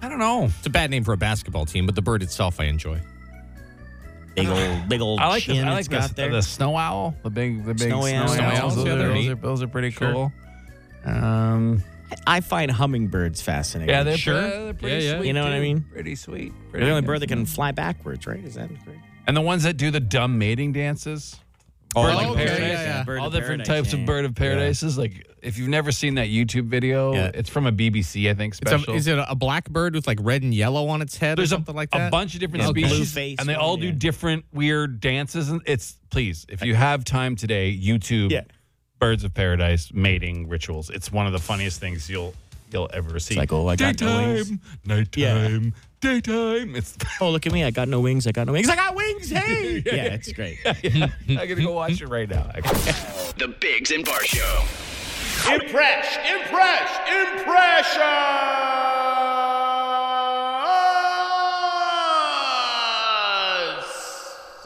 S3: I don't know. It's a bad name for a basketball team, but the bird itself I enjoy.
S4: big old, big old
S2: I like the,
S4: chin
S2: I like
S4: it's
S2: the,
S4: got there.
S2: the snow owl, the big the big
S4: Snow
S2: snow,
S4: owl.
S2: owls.
S4: Snow
S3: owls,
S2: Those,
S3: yeah, they're
S2: are, those
S3: neat.
S2: are those are pretty
S3: Sure.
S2: cool. Um,
S4: I find hummingbirds fascinating.
S2: yeah, they're,
S3: Sure.
S2: pre- they're pretty
S3: Yeah, yeah.
S2: sweet.
S4: You know what I
S2: too.
S4: mean?
S2: Pretty sweet.
S4: They're the only bird that can fly backwards, right? Is that correct?
S2: And the ones that do the dumb mating dances.
S4: Oh,
S2: bird
S3: like
S2: of
S3: bird-
S2: paradise.
S3: yeah, yeah.
S4: Bird
S2: All
S4: of
S2: different
S4: paradise,
S2: types
S4: yeah.
S2: of bird of paradises. Like if you've never seen that YouTube video,
S3: Yeah.
S2: it's from a BBC I think
S3: It's a-
S2: special.
S3: is it a black bird with like red and yellow on its head
S2: There's
S3: or
S2: a,
S3: something like
S2: a
S3: that?
S2: bunch of different
S4: Yeah, okay.
S2: species,
S4: Blueface
S2: and they
S4: one,
S2: all do
S4: yeah.
S2: different weird dances. And it's please, if you have time today, YouTube
S4: Yeah.
S2: birds of paradise mating rituals. It's one of the funniest things you'll you'll ever see.
S4: like, oh, I got no
S2: daytime,
S4: wings.
S2: nighttime, daytime. It's
S4: Oh, look at me! I got no wings. I got no wings. I got wings. Hey! yeah, it's great.
S2: I'm gonna go watch it right now.
S1: The Bigs and Bar Show.
S13: Impress, impress, impressions.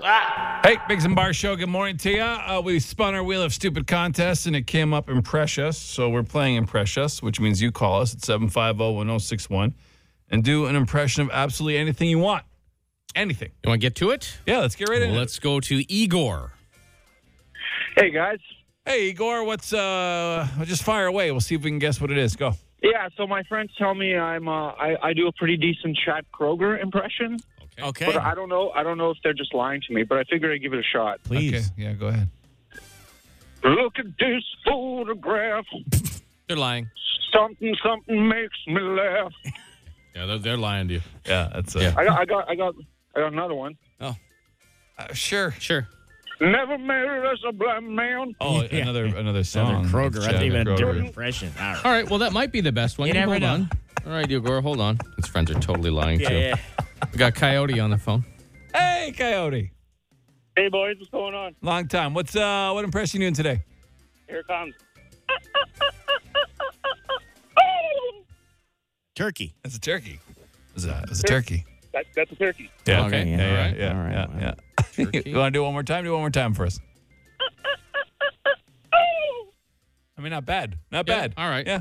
S13: Ah.
S2: Hey, Biggs and Bar Show. Good morning to you. Uh, we spun our wheel of stupid contest, and it came up Impress Us. So we're playing Impress Us, which means you call us at 750-1061 and do an impression of absolutely anything you want. Anything.
S3: You want to get to it?
S2: Yeah, let's get right into it.
S3: Let's go to Igor.
S12: Hey guys.
S2: Hey, Igor, what's uh? Just fire away. We'll see if we can guess what it is. Go.
S12: Yeah, so my friends tell me I'm uh, I, I do a pretty decent Chad Kroger impression,
S4: Okay,
S12: but I don't know I don't know if they're just lying to me, but I figured I'd give it a shot.
S4: please.
S2: Okay. Yeah, go ahead.
S12: Look at this photograph.
S3: They're lying.
S12: Something something makes me laugh.
S3: Yeah, they're, they're lying to you.
S2: Yeah, that's uh,
S3: Yeah.
S12: I got I got I got I got another one.
S2: uh, sure.
S3: Sure.
S12: Never married as a blind man.
S2: Oh,
S4: Yeah.
S2: another another song.
S4: Another Kroger.
S2: Chad
S4: That's even a
S2: Um, Kroger.
S4: different impression. All right.
S3: All right. Well, that might be the best one.
S4: You never
S3: hold
S4: know.
S3: on. All right, Igor, hold on. His friends are totally lying too. We got Coyote on the phone.
S2: Hey, Coyote.
S12: Hey boys, what's going on?
S2: Long time. What's uh? What impression you doing today?
S12: Here it comes.
S4: Turkey.
S2: That's a turkey. It's a, it's a turkey.
S12: That, that's a turkey.
S2: Yeah.
S3: Okay.
S2: Yeah.
S3: All
S2: yeah,
S3: right.
S2: Yeah.
S4: All right,
S2: yeah,
S4: all
S2: yeah.
S4: right.
S3: Turkey.
S2: you want to do it one more time? Do it one more time for us. I mean, not bad. Not
S3: Yeah,
S2: bad.
S3: all right.
S2: Yeah.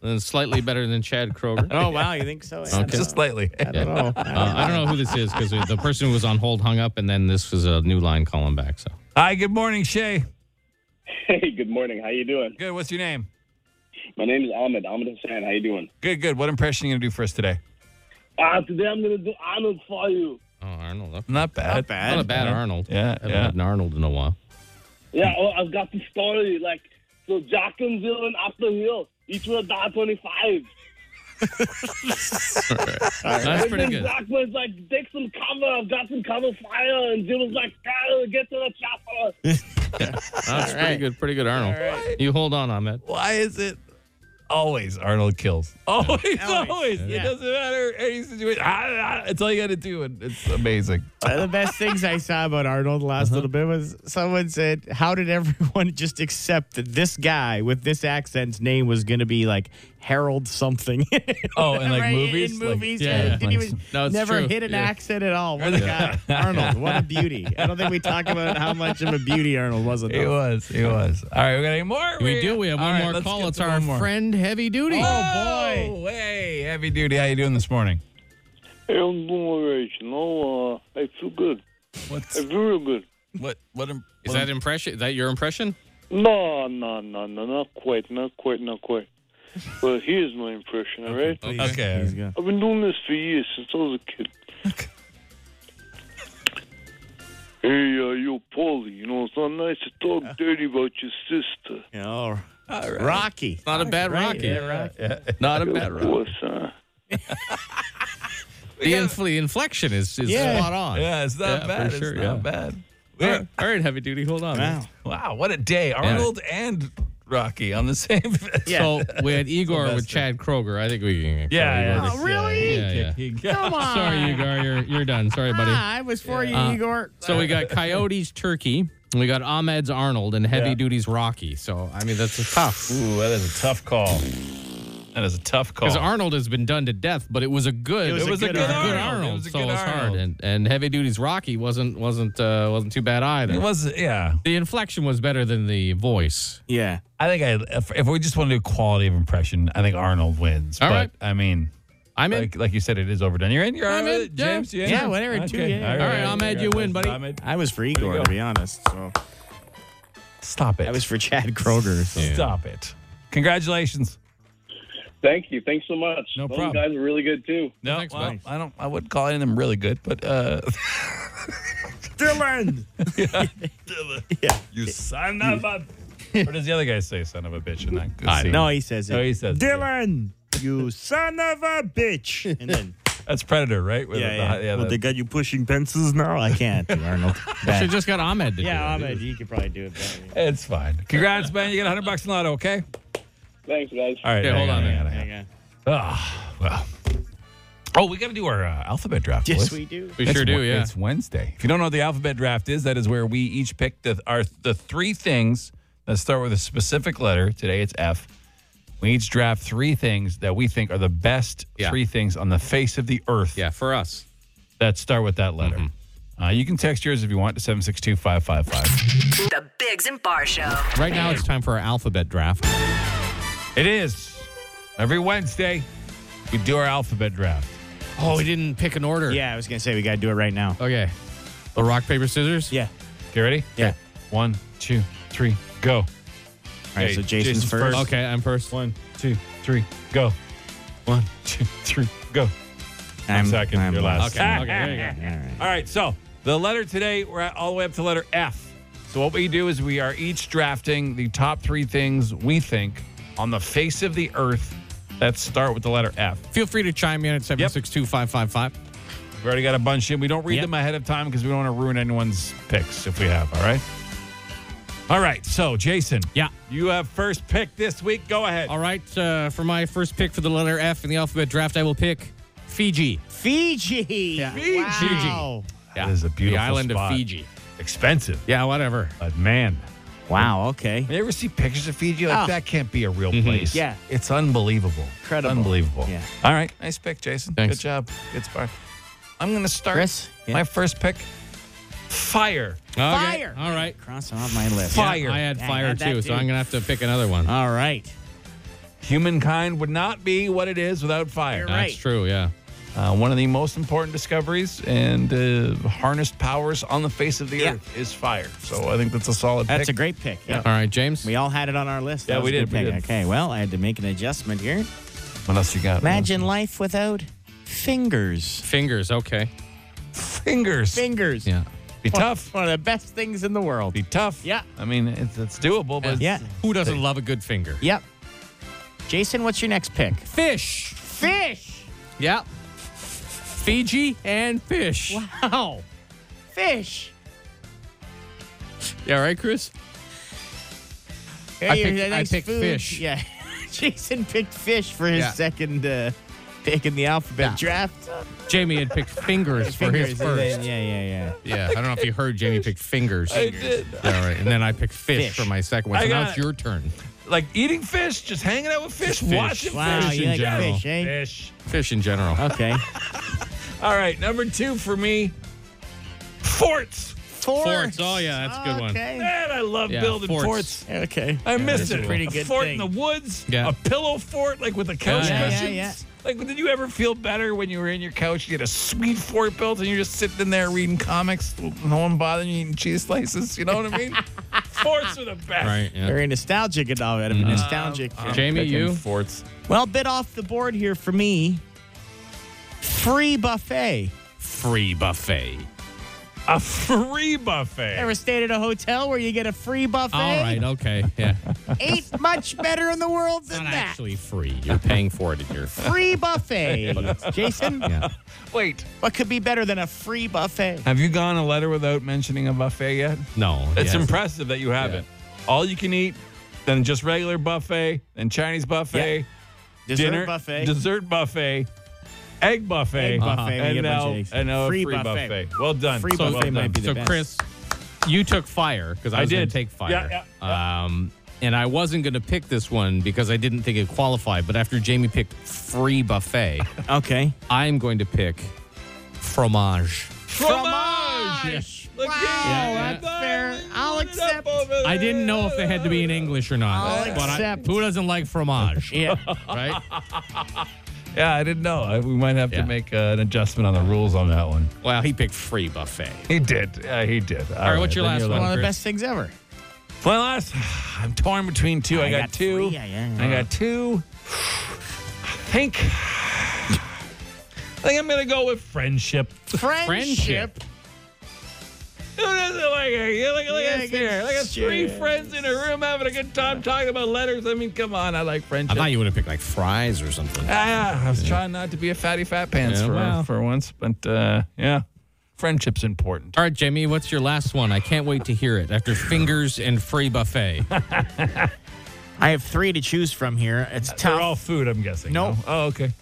S3: And slightly better than Chad Kroger.
S4: Oh wow, you think so?
S3: Okay.
S2: Just slightly.
S4: I don't know.
S3: Uh, I don't know who this is because the person who was on hold hung up, and then this was a new line calling back. So
S2: Hi. Good morning, Shay.
S12: Hey, good morning. How you doing?
S2: Good. What's your name?
S12: My name is Ahmed. Ahmed Hassan. How you doing?
S2: Good. Good. What impression are you gonna do for us today?
S14: Uh, today I'm gonna do Arnold for you.
S3: Oh, Arnold. okay.
S2: Not bad.
S3: Not
S2: bad.
S3: Not a bad Arnold.
S2: Yeah,
S3: Haven't
S2: yeah.
S3: had an Arnold in a while.
S14: Yeah, oh, I've got the story. Like, so Jack and Jill and up the hill, each with a die 25.
S3: That's
S14: And
S3: pretty
S14: then
S3: good.
S14: Jack was like, take some cover. I've got some cover fire. And Jill was like, Kyle, get to the chopper.
S3: That's pretty good. Pretty good Arnold. You hold on on that.
S2: Why is it always Arnold kills? Always, always. It
S4: yeah.
S2: doesn't matter any situation. Ah, ah, It's all you got to do, and it's amazing.
S4: One of the best things I saw about Arnold last little bit was someone said, "How did everyone just accept that this guy with this accent's name was going to be like Harold something?"
S2: Oh, and like
S4: Right,
S2: movies,
S4: in
S2: Like,
S4: movies,
S2: yeah,
S4: yeah,
S2: yeah.
S4: didn't even
S3: No, it's
S4: never
S3: true.
S4: hit an
S3: Yeah.
S4: accent at all. What a guy, Arnold! What a beauty! I don't think we talk about how much of a beauty Arnold was.
S2: It was. It was. All right, we got any more?
S3: We do. We have
S2: all
S3: one
S2: right,
S3: more
S2: let's
S3: call.
S2: get
S3: It's
S2: to
S3: our
S2: one more.
S3: friend Heavy Duty.
S2: Oh boy! Hey, heavy duty. How you doing this morning?
S15: Hey, I'm doing all right. You know, uh, I feel good.
S2: What's
S15: I feel real good.
S2: what? What? Im-
S3: Is that impression? Is that your impression?
S15: No, no, no, no, not quite, not quite, not quite. But here's my impression, all right?
S2: Okay.
S15: I've been doing this for years since I was a kid. hey, uh, yo, Paulie, you know, it's not nice to talk dirty about your sister.
S4: Oh, Rocky.
S3: Not a bad Rocky. Not a bad Rocky. the infl- inflection is, is
S2: Yeah.
S3: spot on.
S2: Yeah, it's not
S3: for
S2: bad. It's not bad.
S3: All right, all right, heavy duty. Hold on.
S4: Wow.
S2: Wow, what a day! Arnold and Rocky on the same.
S3: So we had Igor
S2: best
S3: with Chad Kroger. I think we can.
S2: Yeah,
S3: Igor.
S2: yeah.
S4: Oh, really?
S3: Yeah, yeah.
S4: Come on.
S3: Sorry, Igor. You're, you're done. Sorry, buddy.
S4: Ah, I was for
S3: Uh,
S4: you, Igor.
S3: So we got Coyotes Turkey. and We got Ahmed's Arnold and Heavy
S2: Yeah.
S3: Duty's Rocky. So I mean that's a tough
S2: Ooh, that is a tough call. That is a tough call.
S3: because Arnold has been done to death, but it was a good,
S2: It was a good Arnold. It
S3: Arnold.
S2: was a
S3: so
S2: good
S3: it was hard,
S2: Arnold.
S3: and, and Heavy Duty's Rocky wasn't wasn't uh, wasn't too bad either.
S2: It was, yeah.
S3: The inflection was better than the voice.
S4: Yeah.
S2: I think I, if, if we just want to do quality of impression, I think Arnold wins.
S3: All
S2: but
S3: right.
S2: I mean,
S3: I'm in.
S2: like, like you said, it is overdone. You're in. You're
S3: I'm
S2: all right
S3: in,
S2: with it?
S3: yeah.
S2: James. you in?
S4: Yeah, whatever, two, yeah.
S3: All right, Ahmed, you win, buddy.
S2: Ahmed,
S4: I was for Igor,
S2: go.
S4: to be honest. So
S2: stop it.
S4: I was for Chad Kroger. So.
S2: Stop it. Congratulations.
S12: Thank you. Thanks so much.
S2: No
S12: Those
S2: problem.
S12: guys are really good too.
S2: No,
S3: Thanks,
S2: well,
S3: bud.
S2: I don't. I wouldn't call any of them really good, but uh,
S4: Dylan.
S2: you son of a. What does the other guy say? Son of a bitch in that
S3: I
S2: scene?
S4: No, he says it.
S2: No, he says it.
S4: Dylan, you son of a bitch. And then,
S2: That's Predator, right? With
S4: yeah,
S2: the-
S4: yeah.
S2: yeah,
S4: well,
S2: that-
S4: they got you pushing pencils now. I can't, do Arnold.
S3: I
S4: Bad.
S3: should just got Ahmed to
S4: yeah,
S3: do it.
S4: Ahmed, you could probably do it better.
S2: it's fine. Congrats, man. You get 100 bucks in lotto, okay?
S12: Thanks, guys.
S2: All right.
S3: Okay,
S2: hang
S3: hold on,
S2: hang
S3: man.
S2: hang
S4: Hang on.
S2: Ah, well. Oh, we got to do our uh, alphabet draft.
S4: Yes,
S2: boys.
S4: we do.
S3: We
S2: It's
S3: sure do.
S2: Wed-
S3: Yeah.
S2: It's Wednesday. If you don't know what the alphabet draft is, that is where we each pick the our the three things that start with a specific letter. Today it's F. We each draft three things that we think are the best
S3: Yeah.
S2: three things on the face of the earth
S3: Yeah, for us.
S2: that start with that letter. Uh, you can text yours if you want to 762 555.
S7: The Bigs and Bar Show.
S3: Right now it's time for our alphabet draft.
S2: It is every Wednesday. We do our alphabet draft.
S3: Oh, we didn't pick an order.
S4: Yeah, I was going to say we got to do it right now.
S3: Okay. The rock paper scissors.
S4: Yeah.
S2: You ready?
S4: Yeah.
S2: One, two, three, go.
S4: All right,
S2: Okay,
S4: so Jason's,
S2: Jason's
S4: first.
S2: first.
S3: Okay, I'm first. One.
S2: Two, three, go. One, two, three, go. I'm second, you're last.
S3: Okay. okay. There you go.
S4: All right.
S2: All right, so the letter today, we're at all the way up to letter F. So what we do is we are each drafting the top three things we think on the face of the earth that start with the letter F.
S3: Feel free to chime in at seven six two five five five.
S2: We've already got a bunch in. We don't read
S4: Yep.
S2: them ahead of time because we don't want to ruin anyone's picks if we have, all right? All right, so Jason.
S3: Yeah.
S2: You have first pick this week. Go ahead.
S3: All right, uh, for my first pick for the letter F in the alphabet draft, I will pick Fiji.
S4: Fiji.
S3: Fiji.
S4: Wow.
S2: That is a beautiful
S3: The island
S2: spot.
S3: of Fiji.
S2: Expensive,
S3: Yeah, whatever.
S2: but man.
S4: Wow, okay.
S2: You ever see pictures of Fiji? Like,
S4: Oh.
S2: that can't be a real place.
S4: Yeah.
S2: It's unbelievable.
S4: Incredible.
S2: Unbelievable.
S4: Yeah.
S2: All right. Nice pick, Jason.
S3: Thanks.
S2: Good job. Good spot. I'm going to start
S4: Chris? Yeah.
S2: my first pick fire.
S4: Fire.
S3: All right.
S4: Cross off my list.
S2: Fire.
S3: I had
S4: Yeah, I
S3: fire
S4: had that
S3: too, so
S4: too.
S3: I'm going to have to pick another one.
S4: All right.
S2: Humankind would not be what it is without fire.
S4: You're right.
S3: That's true, yeah.
S2: Uh, one of the most important discoveries and uh, harnessed powers on the face of the
S4: Yeah.
S2: earth is fire. So I think that's a solid
S4: That's
S2: pick.
S4: a great pick.
S2: Yeah.
S3: All right, James.
S4: We all had it on our list.
S2: Yeah,
S4: That was
S2: we
S4: a
S2: did,
S4: good
S2: we
S4: pick.
S2: did.
S4: Okay, well, I had to make an adjustment here.
S2: What else you got?
S4: Imagine life without Fingers.
S3: Fingers, okay.
S2: Fingers.
S4: Fingers.
S3: Yeah.
S2: Be tough.
S4: One of the best things in the world.
S2: Be tough.
S4: Yeah.
S2: I mean, it's, it's doable, but
S4: Yeah.
S3: Who doesn't love a good finger?
S4: Yep. Jason, what's your next pick?
S3: Fish.
S4: Fish.
S3: Yep. Fiji and fish.
S4: Wow. Fish.
S3: Yeah, right, Chris?
S4: Hey,
S3: I
S4: your
S3: picked- I
S4: nice
S3: picked
S4: food.
S3: fish.
S4: Yeah. Jason picked fish for his
S3: Yeah.
S4: second uh, pick in the alphabet
S3: Yeah.
S4: draft.
S3: Jamie had picked fingers for
S4: Fingers,
S3: his
S4: and then-
S3: first.
S4: yeah, yeah, yeah.
S3: Yeah, I don't know if you heard Jamie picked fingers.
S2: I did.
S3: Yeah, right. And then I picked fish,
S4: Fish.
S3: for my second one.
S2: I
S3: So now
S2: got
S3: it's your turn.
S2: like eating fish, just hanging out with fish,
S3: Fish.
S2: watching
S4: Wow,
S2: fish.
S4: you
S2: in
S4: like
S2: general.
S4: fish, eh?
S2: Fish.
S3: Fish in general.
S4: Okay.
S2: All right, number two for me, forts.
S4: Four.
S3: Forts. Oh, yeah, that's a good one.
S4: Okay.
S2: Man, I love
S3: Yeah,
S2: building forts.
S3: forts.
S4: Okay.
S2: I missed
S3: that's
S2: it.
S3: a pretty
S2: a
S4: good
S2: fort
S4: thing.
S2: in the woods.
S3: Yeah.
S2: A pillow fort, like with a couch
S3: Yeah, yeah,
S2: cushions.
S4: yeah.
S2: Like, did you ever feel better when you were in your couch? You had a sweet fort built, and you're just sitting in there reading comics. No one bothering you eating cheese slices. You know what I mean? forts are the best.
S3: Right. Yeah.
S4: Very nostalgic at all. Out of nostalgic.
S3: Mm-hmm. Uh, Jamie,
S2: Picking
S3: you?
S2: forts.
S4: Well, bit off the board here for me. Free buffet.
S3: Free buffet.
S2: A free buffet.
S4: Ever stayed at a hotel where you get a free buffet?
S3: All right. Okay. Yeah.
S4: Ain't much better in the world than
S3: Not
S4: that.
S3: actually free. You're paying for it in your.
S4: Free buffet. Jason,
S3: Yeah.
S2: Wait,
S4: what could be better than a free buffet?
S2: have you gone a letter without mentioning a buffet yet?
S3: No.
S2: It's
S3: yes.
S2: impressive that you haven't. All you can eat, then just regular buffet, then Chinese buffet,
S4: Dessert
S2: dinner
S4: buffet.
S2: dessert buffet, egg buffet,
S4: Egg buffet, we get
S2: and
S4: a bunch
S2: now
S4: of eggs.
S2: and now a
S4: Free
S2: free,
S4: buffet.
S2: buffet. Well done.
S4: Free
S2: well
S4: buffet
S2: done.
S4: might be the
S3: so
S4: best.
S3: Chris, you took fire because I,
S2: I
S3: was gonna
S2: did.
S3: take fire.
S2: Yeah,
S3: Um, and I wasn't going to pick this one because I didn't think it qualified. But after Jamie picked free buffet,
S4: Okay.
S3: I'm going to pick fromage.
S2: Fromage. Look at you.
S4: that's fair. I'll
S2: Put it
S4: accept.
S2: up over
S3: I didn't know if they had to be in English or not.
S4: I'll
S3: but I-
S4: accept.
S3: who doesn't like fromage?
S4: Yeah.
S3: Right?
S2: there. Yeah, I didn't know. I- We might have
S3: Yeah.
S2: to make uh, an adjustment on the rules on that one.
S3: Well, he picked free buffet.
S2: He did. Yeah, he did. All
S3: right, what's your
S2: then
S3: last
S2: you're
S3: one?
S2: allowed-
S4: One of the
S3: Chris.
S4: best things ever.
S2: My last, I'm torn between two. I,
S4: I
S2: got,
S4: got
S2: two.
S4: three, yeah, yeah, yeah.
S2: I got two. I think. I think I'm gonna go with friendship.
S4: Friendship.
S3: Friendship.
S2: Who doesn't like it? Look, look
S4: Yeah,
S2: at us here. Look at
S4: good
S2: three
S4: shit.
S2: friends in a room having a good time talking about letters. I mean, come on, I like
S3: I
S2: friendship.
S3: thought you would have picked like fries or something.
S2: ah, I was trying not to be a fatty fat pants
S3: Yeah,
S2: for
S3: well.
S2: for once, but uh, yeah, friendship's important.
S3: All right, Jamie, what's your last one? I can't wait to hear it after fingers and free buffet.
S4: I have three to choose from here. It's
S2: They're all
S4: tough.
S2: food, I'm guessing.
S4: No.
S2: Oh, okay.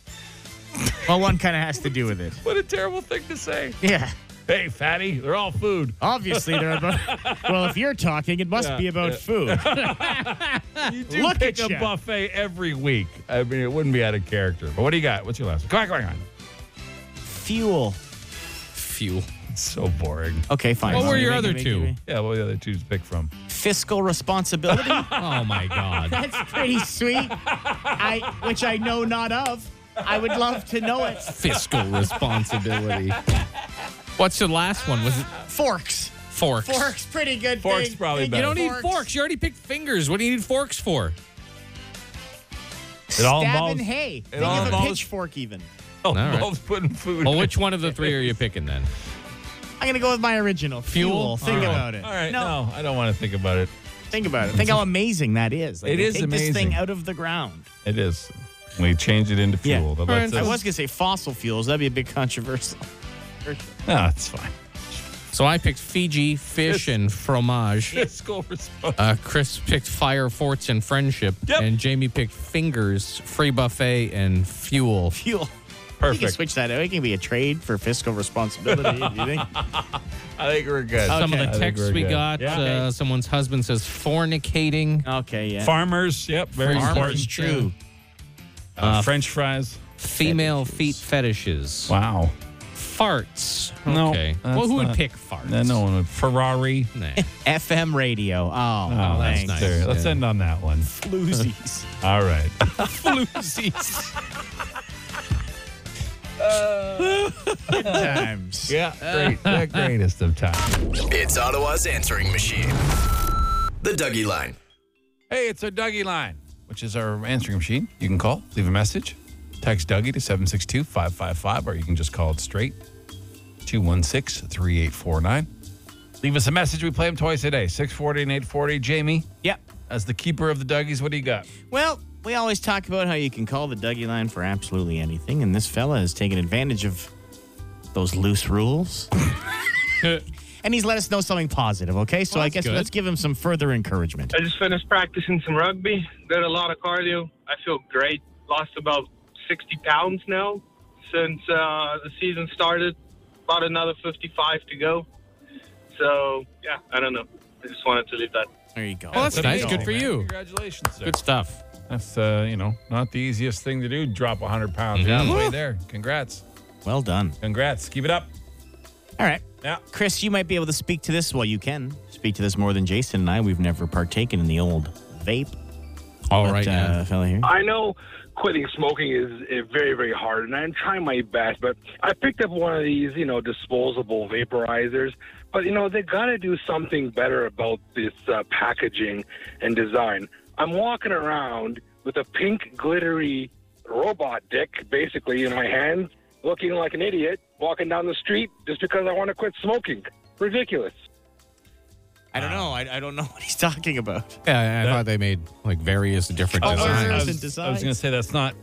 S4: Well, one kind of has to do with it.
S2: What a terrible thing to say.
S4: Yeah.
S2: Hey, fatty, they're all food.
S4: Obviously, they're about. Well, if you're talking, it must be about food.
S2: You do
S4: Look
S2: pick
S4: at
S2: a
S4: ya.
S2: buffet every week. I mean, it wouldn't be out of character. But what do you got? What's your last? Come on, come on, come on.
S4: Fuel.
S3: Fuel.
S2: It's so boring.
S4: Okay, fine.
S3: What were your
S4: Make it,
S3: other
S4: make it,
S3: two?
S4: make it.
S2: Yeah, what are the other two to pick from?
S4: Fiscal responsibility.
S3: Oh my God.
S4: That's pretty sweet. I, which I know not of. I would love to know it.
S3: Fiscal responsibility. What's the last one? Was it
S4: Forks.
S3: forks?
S4: Forks, pretty good.
S2: Forks
S4: thing.
S2: probably
S4: Thank
S3: You
S2: better.
S3: don't need forks. You already picked fingers. What do you need forks for?
S2: It all
S4: Stabbing
S2: involves-
S4: hay. Think
S2: all
S4: of a
S2: involves-
S4: pitchfork even.
S2: Oh,
S3: right.
S2: Bob's putting food.
S3: Well,
S2: in.
S3: which one of the three are you picking then?
S4: I'm gonna go with my original. Fuel.
S3: Fuel?
S4: Think
S3: All right.
S4: about it.
S2: All right, no. I don't want to think about it.
S4: Think about it. Think how amazing that is. Like,
S2: It
S4: they
S2: is
S4: take this thing
S2: amazing.
S4: out of the ground.
S2: It is. We change it into
S4: Yeah.
S2: fuel. But let's
S4: I
S2: just-
S4: was gonna say fossil fuels. That'd be a bit controversial.
S2: No, it's fine.
S3: So I picked Fiji, fish, and fromage.
S2: Fiscal responsibility.
S3: Uh, Chris picked fire, forts, and friendship.
S2: Yep.
S3: And Jamie picked fingers, free buffet, and fuel.
S4: Fuel. We can
S2: Perfect.
S4: switch that out. It can be a trade for fiscal responsibility. do you think?
S2: I think we're good.
S3: Some
S4: Okay.
S3: of
S4: I
S3: the
S2: think
S3: texts
S2: we're
S3: we
S2: good.
S3: got,
S2: Yeah.
S3: uh, someone's husband says fornicating.
S4: Okay. Yeah.
S2: Farmers. Yep. Very
S3: Farmers.
S2: important.
S4: True.
S2: Uh, French fries.
S3: Female feet fetishes.
S2: Wow.
S3: Farts.
S2: No,
S3: Okay.
S2: that's
S3: well, who would
S2: not-
S3: pick farts?
S2: No, no one would. Ferrari.
S3: Nah.
S4: FM radio. Oh,
S2: Oh, that's
S4: thanks.
S3: nice.
S2: there. Let's
S3: Yeah.
S2: end on that one.
S4: Floozies.
S2: All right.
S3: Floozies.
S4: Times.
S2: Yeah, great. the greatest of times.
S1: It's Ottawa's answering machine. The Dougie Line.
S2: Hey, it's our Dougie line, which is our answering machine. You can call, leave a message, Text Dougie to 762 555, or you can just call it straight 216 3849. Leave us a message. We play them twice a day 640 and 840. Jamie?
S4: Yep.
S2: As the keeper of the Dougies, what do you got?
S4: Well, we always talk about how you can call the Dougie line for absolutely anything, and this fella has taken advantage of those loose rules. and he's let us know something positive, okay? So
S16: Well,
S4: I
S16: that's
S4: guess
S16: good.
S4: let's give him some further encouragement.
S16: I just finished practicing some rugby. Did a lot of cardio. I feel great. Lost about 60 pounds now since uh, the season started. About another 55 to go. So yeah, I don't know. I just wanted to leave that.
S4: There you go.
S2: Well, that's nice. Good for you.
S16: Congratulations.
S2: Good stuff. That's, uh, you know, not the easiest thing to do, drop 100 pounds.
S4: Mhm.
S2: Yeah,
S4: Woo.
S2: way there. Congrats.
S4: Well done.
S2: Congrats. Keep it up.
S4: All right.
S2: Yeah.
S4: Chris, you might be able to speak to this. Well, you can speak to this more than Jason and I. We've never partaken in the old vape.
S3: All
S4: All right,
S3: right,
S4: uh,
S3: man.
S4: fella here.
S17: I know quitting smoking is uh, very, very hard, and I'm trying my best. But I picked up one of these, you know, disposable vaporizers. But you know, they got to do something better about this uh, packaging and design. I'm walking around with a pink glittery robot dick, basically in my hand, looking like an idiot walking down the street just because I want to quit smoking. Ridiculous.
S4: I don't know. I, I don't know what he's talking about.
S3: Yeah, I thought they made like various different
S2: Oh, I was-
S3: designs.
S2: I was, going to say that's not.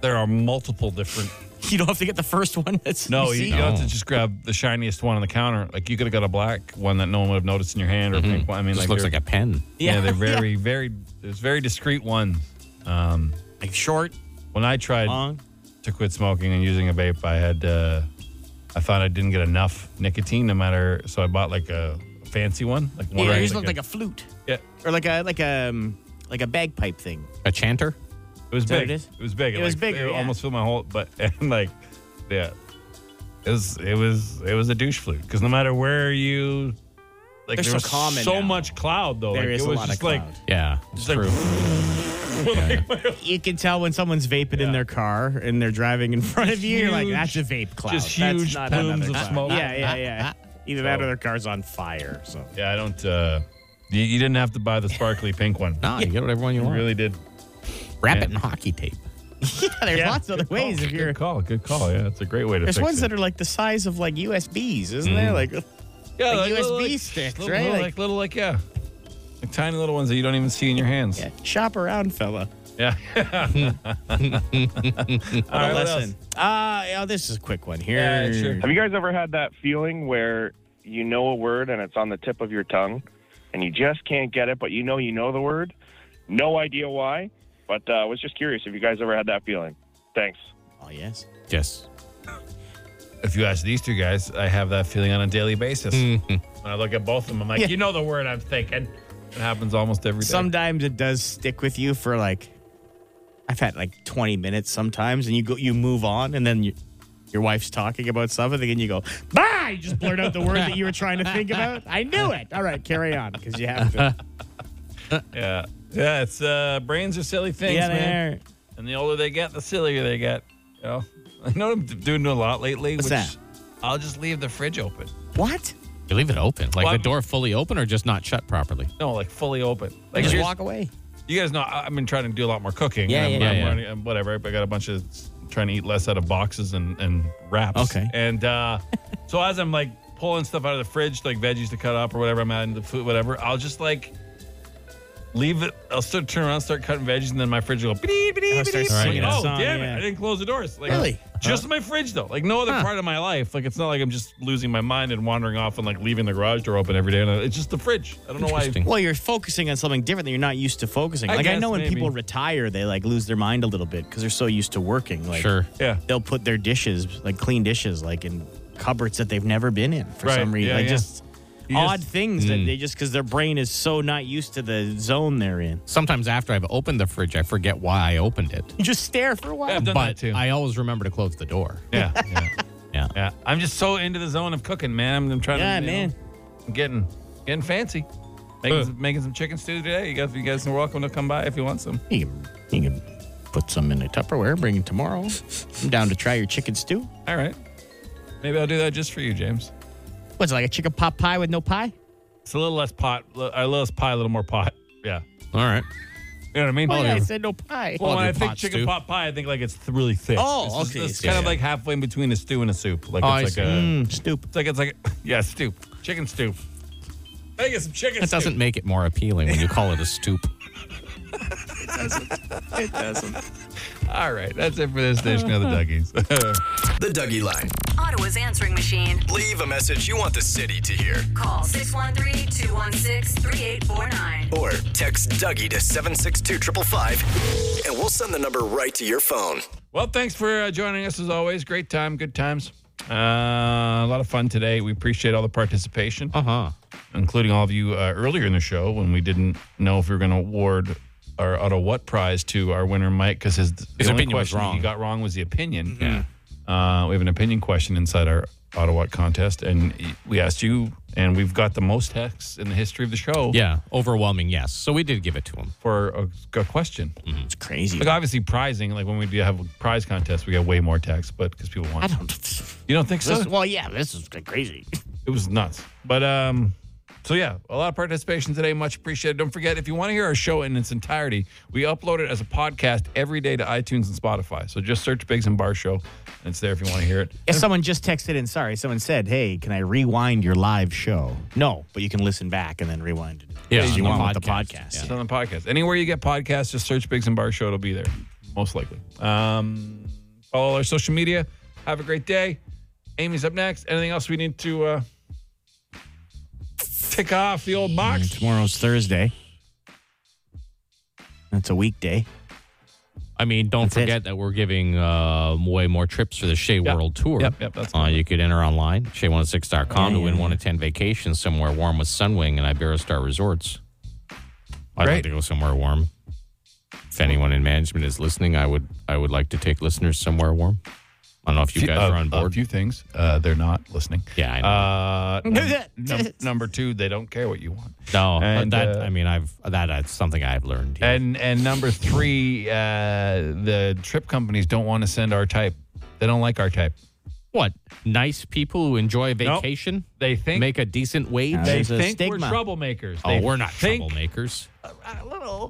S2: There are multiple different.
S4: You don't have to get the first one. That's
S2: No, you,
S4: you see.
S2: you
S3: Oh.
S2: don't have to just grab the shiniest one on the counter. Like you could have got a black one that no one would have noticed in your hand, or a pink one. I mean, Mm-hmm.
S3: Just
S2: like
S3: looks
S2: they're-
S3: like a pen.
S2: Yeah,
S3: Yeah.
S2: they're very, very. There's very discreet ones. Um,
S4: like short.
S2: When I tried to quit smoking and using a vape, I had. Uh, I found I didn't get enough nicotine, no matter. So I bought like a fancy one, like one.
S4: Yeah,
S2: with,
S4: yours looked like a flute.
S2: Yeah.
S4: Or like a like a um, like a bagpipe thing.
S2: oh.
S3: A chanter?
S2: It was
S4: Is that
S2: big.
S4: what it
S2: It,
S4: is?
S2: was big.
S4: It was
S2: like,
S4: bigger,
S2: It
S4: yeah.
S2: almost filled my whole. But and like, yeah, it was it was it was a douche flute because no matter where you, like
S4: They're
S2: there
S4: so
S2: was
S4: common
S2: so
S4: now.
S2: much cloud though.
S4: There
S2: like,
S4: is
S2: it
S4: a
S2: was
S4: lot of
S2: just like
S4: cloud.
S3: Yeah,
S2: just like.
S4: You can tell when someone's vaping in their car and they're driving in front of you. you're like,
S2: Huge-
S4: that's a vape cloud.
S2: just
S4: that's
S2: huge
S4: not
S2: plumes
S4: another
S2: of
S4: cloud."
S2: smoke.
S4: Yeah, yeah, yeah. Either that
S2: So-
S4: or their car's on fire. So
S2: Yeah, I don't. uh you, you didn't have to buy the sparkly pink one.
S3: Nah, you get whatever one you want.
S2: really did.
S3: Wrap it in hockey tape.
S4: yeah, Oh, there's lots of other ways if you're.
S2: Good call. Good call. Yeah, that's a great way to.
S4: There's
S2: fix
S4: ones
S2: it.
S4: that are like the size of like USBs, isn't there?
S2: Mhm.
S4: Like,
S2: Yeah,
S4: like, USB
S2: little, like,
S4: sticks,
S2: little,
S4: right?
S2: Little, like,
S4: like,
S2: little, like yeah, like tiny little ones that you don't even see in your hands.
S4: shop around, fella.
S2: Yeah.
S4: What a lesson. Uh, yeah, this is a quick one here.
S18: Have you guys ever had that feeling where you know a word and it's on the tip of your tongue and you just can't get it, but you know you know the word? No idea why, but uh, I was just curious if you guys ever had that feeling. Thanks.
S4: Oh, yes.
S2: Yes. If you ask these two guys, I have that feeling on a daily basis. when I look at both of them, I'm like,
S4: Yeah.
S2: you know the word I'm thinking. It happens almost every day.
S4: Sometimes it does stick with you for like, I've had like 20 minutes sometimes, and you go, you move on, and then you, your wife's talking about something, and you go, bah! You just blurt out the word that you were trying to think about. I knew it. All right, carry on, because you have to.
S2: yeah. Yeah, it's uh, brains are silly things,
S4: Yeah, they
S2: man. And the older they get, the sillier they get. You know, I know what I'm doing a lot lately.
S3: What's
S2: which
S3: that?
S2: I'll just leave the fridge open.
S4: What?
S3: You leave it open, like
S2: Well,
S3: the door fully open or just not shut properly.
S2: No, like fully open. Like
S4: just
S2: here's-
S4: walk away.
S2: You guys know I- I've been trying to do a lot more cooking.
S4: Yeah,
S2: and
S4: yeah,
S2: I'm, I'm
S4: yeah. Yeah, yeah.
S2: running- and whatever. I got a bunch of trying to eat less out of boxes and, and wraps.
S4: Okay.
S2: And uh, so as I'm like pulling stuff out of the fridge, like veggies to cut up or whatever, I'm adding the food, whatever. I'll just like leave it. I'll start turn around, start cutting veggies, and then my fridge will go. "Beep, beep,
S4: I'll start
S2: beep."
S4: singing a
S2: Oh
S4: song,
S2: damn
S4: yeah.
S2: it! I didn't close the doors. Like,
S4: Really?
S2: Just my fridge though. Like no other part of my life. Like it's not like I'm just losing my mind and wandering off and like leaving the garage door open every day. And I- It's just the fridge. I don't know why.
S4: Well, you're focusing on something different that you're not used to focusing.
S2: I
S4: Like I,
S2: guess,
S4: know when
S2: maybe.
S4: people retire, they like lose their mind a little bit because they're so used to working. Like,
S3: Sure.
S2: Yeah.
S4: They'll put their dishes, like clean dishes, like in cupboards that they've never been in for
S2: Right.
S4: some reason.
S2: Yeah,
S4: like
S2: yeah.
S4: just
S2: You
S4: odd
S2: just-
S4: things that
S3: Mm.
S4: they just because their brain is so not used to the zone they're in.
S3: Sometimes after I've opened the fridge, I forget why I opened it.
S4: You just stare for a while.
S2: I've done that
S3: but
S2: too.
S3: I always remember to close the door.
S2: Yeah. Yeah. yeah. I'm just so into the zone of cooking, man. I'm, I'm trying
S4: Yeah,
S2: to. you
S4: man.
S2: know, I'm getting, getting fancy. Making, some, making some chicken stew today. You guys, you guys are welcome to come by if you want some.
S4: You can, you can put some in a Tupperware, bring it tomorrow. I'm down to try your chicken stew.
S2: All right. Maybe I'll do that just for you, James.
S4: What's it like a chicken pot pie with no pie?
S2: It's a little less pot, a little less pie, a little more pot. Yeah.
S3: All right.
S2: You know what I mean?
S4: Oh, yeah, I said no pie.
S2: Well, when I think chicken pot pie, I think like it's th- really thick.
S4: Oh,
S2: It's just-
S4: okay.
S2: It's kind of
S4: Yeah.
S2: like halfway in between a stew and a soup. Like
S4: Oh, I
S2: it's
S4: see.
S2: like a
S4: Mm, stoop.
S2: It's like it's like yeah, stoop. Chicken stoop. I think it's some chicken
S3: That
S2: stoop.
S3: doesn't make it more appealing when you call it a stoop.
S2: It doesn't. It doesn't. All right, that's it for this edition of the Dougies.
S1: The Dougie Line.
S7: Ottawa's answering machine.
S1: Leave a message you want the city to hear.
S7: Call 613 216 3849.
S1: Or text Dougie to 762-555, and we'll send the number right to your phone.
S2: Well, thanks for uh, joining us as always. Great time, good times. Uh, a lot of fun today. We appreciate all the participation. Uh
S3: Uh-huh.
S2: huh. Including all of you uh, earlier in the show when we didn't know if we were going to award our auto what prize to our winner Mike because his, the
S3: His
S2: only
S3: opinion was
S2: question
S3: wrong. Mm-hmm.
S2: he got wrong was the opinion. Yeah. Uh, we have an opinion question inside our auto what contest, and we asked you, and we've got the most texts in the history of the show.
S3: Yeah, overwhelming yes. So we did give it to him. Mm-hmm.
S2: for a, a question.
S4: It's crazy.
S2: Like obviously prizing, like when we do have a prize contest, we get way more text, but because people want. I
S4: don't.
S2: You don't think so?
S4: This- well, yeah, this is crazy.
S2: It was nuts. But um, so yeah, a lot of participation today. Much appreciated. Don't forget if you want to hear our show in its entirety, we upload it as a podcast every day to iTunes and Spotify. So just search Biggs and Bar Show, and it's there if you want to hear it.
S4: Yeah, someone just texted in. Sorry, someone said, "Hey, can I rewind your live show?" No, but you can listen back and then rewind it. if you want with the podcast.
S2: It's on the podcast. Anywhere you get podcasts, just search Biggs and Bar Show. It'll be there, most likely. Um, follow our social media. Have a great day. Amy's up next. Anything else we need to uh, tick off the old box?
S4: Tomorrow's Thursday. That's a weekday.
S3: I mean, don't
S4: it.
S3: forget that we're giving uh, way more trips for the Shea World Tour.
S2: Yep, yep, that's
S3: uh, you could enter online, shea106.com, to win one of 10 vacations somewhere warm with Sunwing and Iberostar Resorts. I'd like
S2: Great.
S3: to go somewhere warm. If anyone in management is listening, I would I would like to take listeners somewhere warm. I don't know if you
S2: Few-
S3: guys
S2: uh,
S3: are on
S2: A
S3: board.
S2: few things. Uh, they're not listening.
S3: Yeah, I know.
S2: Uh, num- num- number two, they don't care what you want.
S3: no, but
S2: and,
S3: that
S2: uh,
S3: I mean, I've that that's something I've learned.
S2: And and number three, uh, the trip companies don't want to send our type. They don't like our type.
S3: What nice people who enjoy
S2: Nope.
S3: vacation
S2: They think
S3: make a decent wage.
S2: they think we're troublemakers.
S3: Oh,
S2: They
S3: we're not
S2: think-
S3: troublemakers.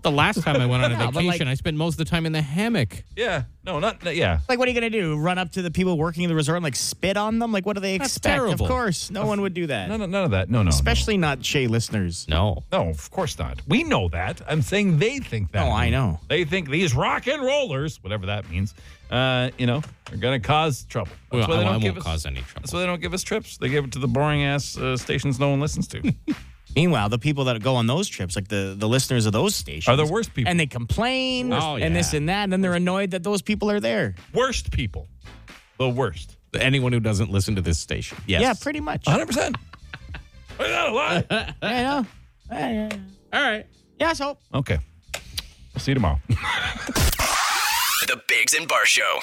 S3: The last time I went on a
S4: Yeah, but, like-
S3: vacation, I spent most of the time in the hammock.
S2: Yeah. No, not not- yeah.
S4: Like, what are you going to do? Run up to the people working in the resort and like spit on them? Like, what do they
S3: That's
S4: expect?
S3: terrible.
S4: Of course, no one would do that.
S2: None, of- none of that. No, no.
S4: Especially not Shay listeners.
S3: No.
S2: No, of course not. We know that. I'm saying they think that.
S4: Oh, I know.
S2: They think these rock and rollers, whatever that means, uh, you know, are going to cause trouble.
S3: Well,
S2: they
S3: I, I
S2: don't give
S3: won't
S2: us-
S3: cause any trouble.
S2: That's why they don't give us trips. They give it to the boring ass uh, stations no one listens to.
S4: Meanwhile, the people that go on those trips, like the, the listeners of those stations,
S2: Are the worst people.
S4: And they complain
S3: Oh,
S4: and this
S3: yeah.
S4: and that. And then they're annoyed that those people are there.
S2: worst people. The worst.
S3: Anyone who doesn't listen to this station. Yes.
S4: Yeah, pretty much.
S2: 100%. Is that a lie?
S4: I know. I know.
S3: All right.
S4: Yeah, so.
S2: okay. We'll see you tomorrow.
S1: The Biggs and Bar Show.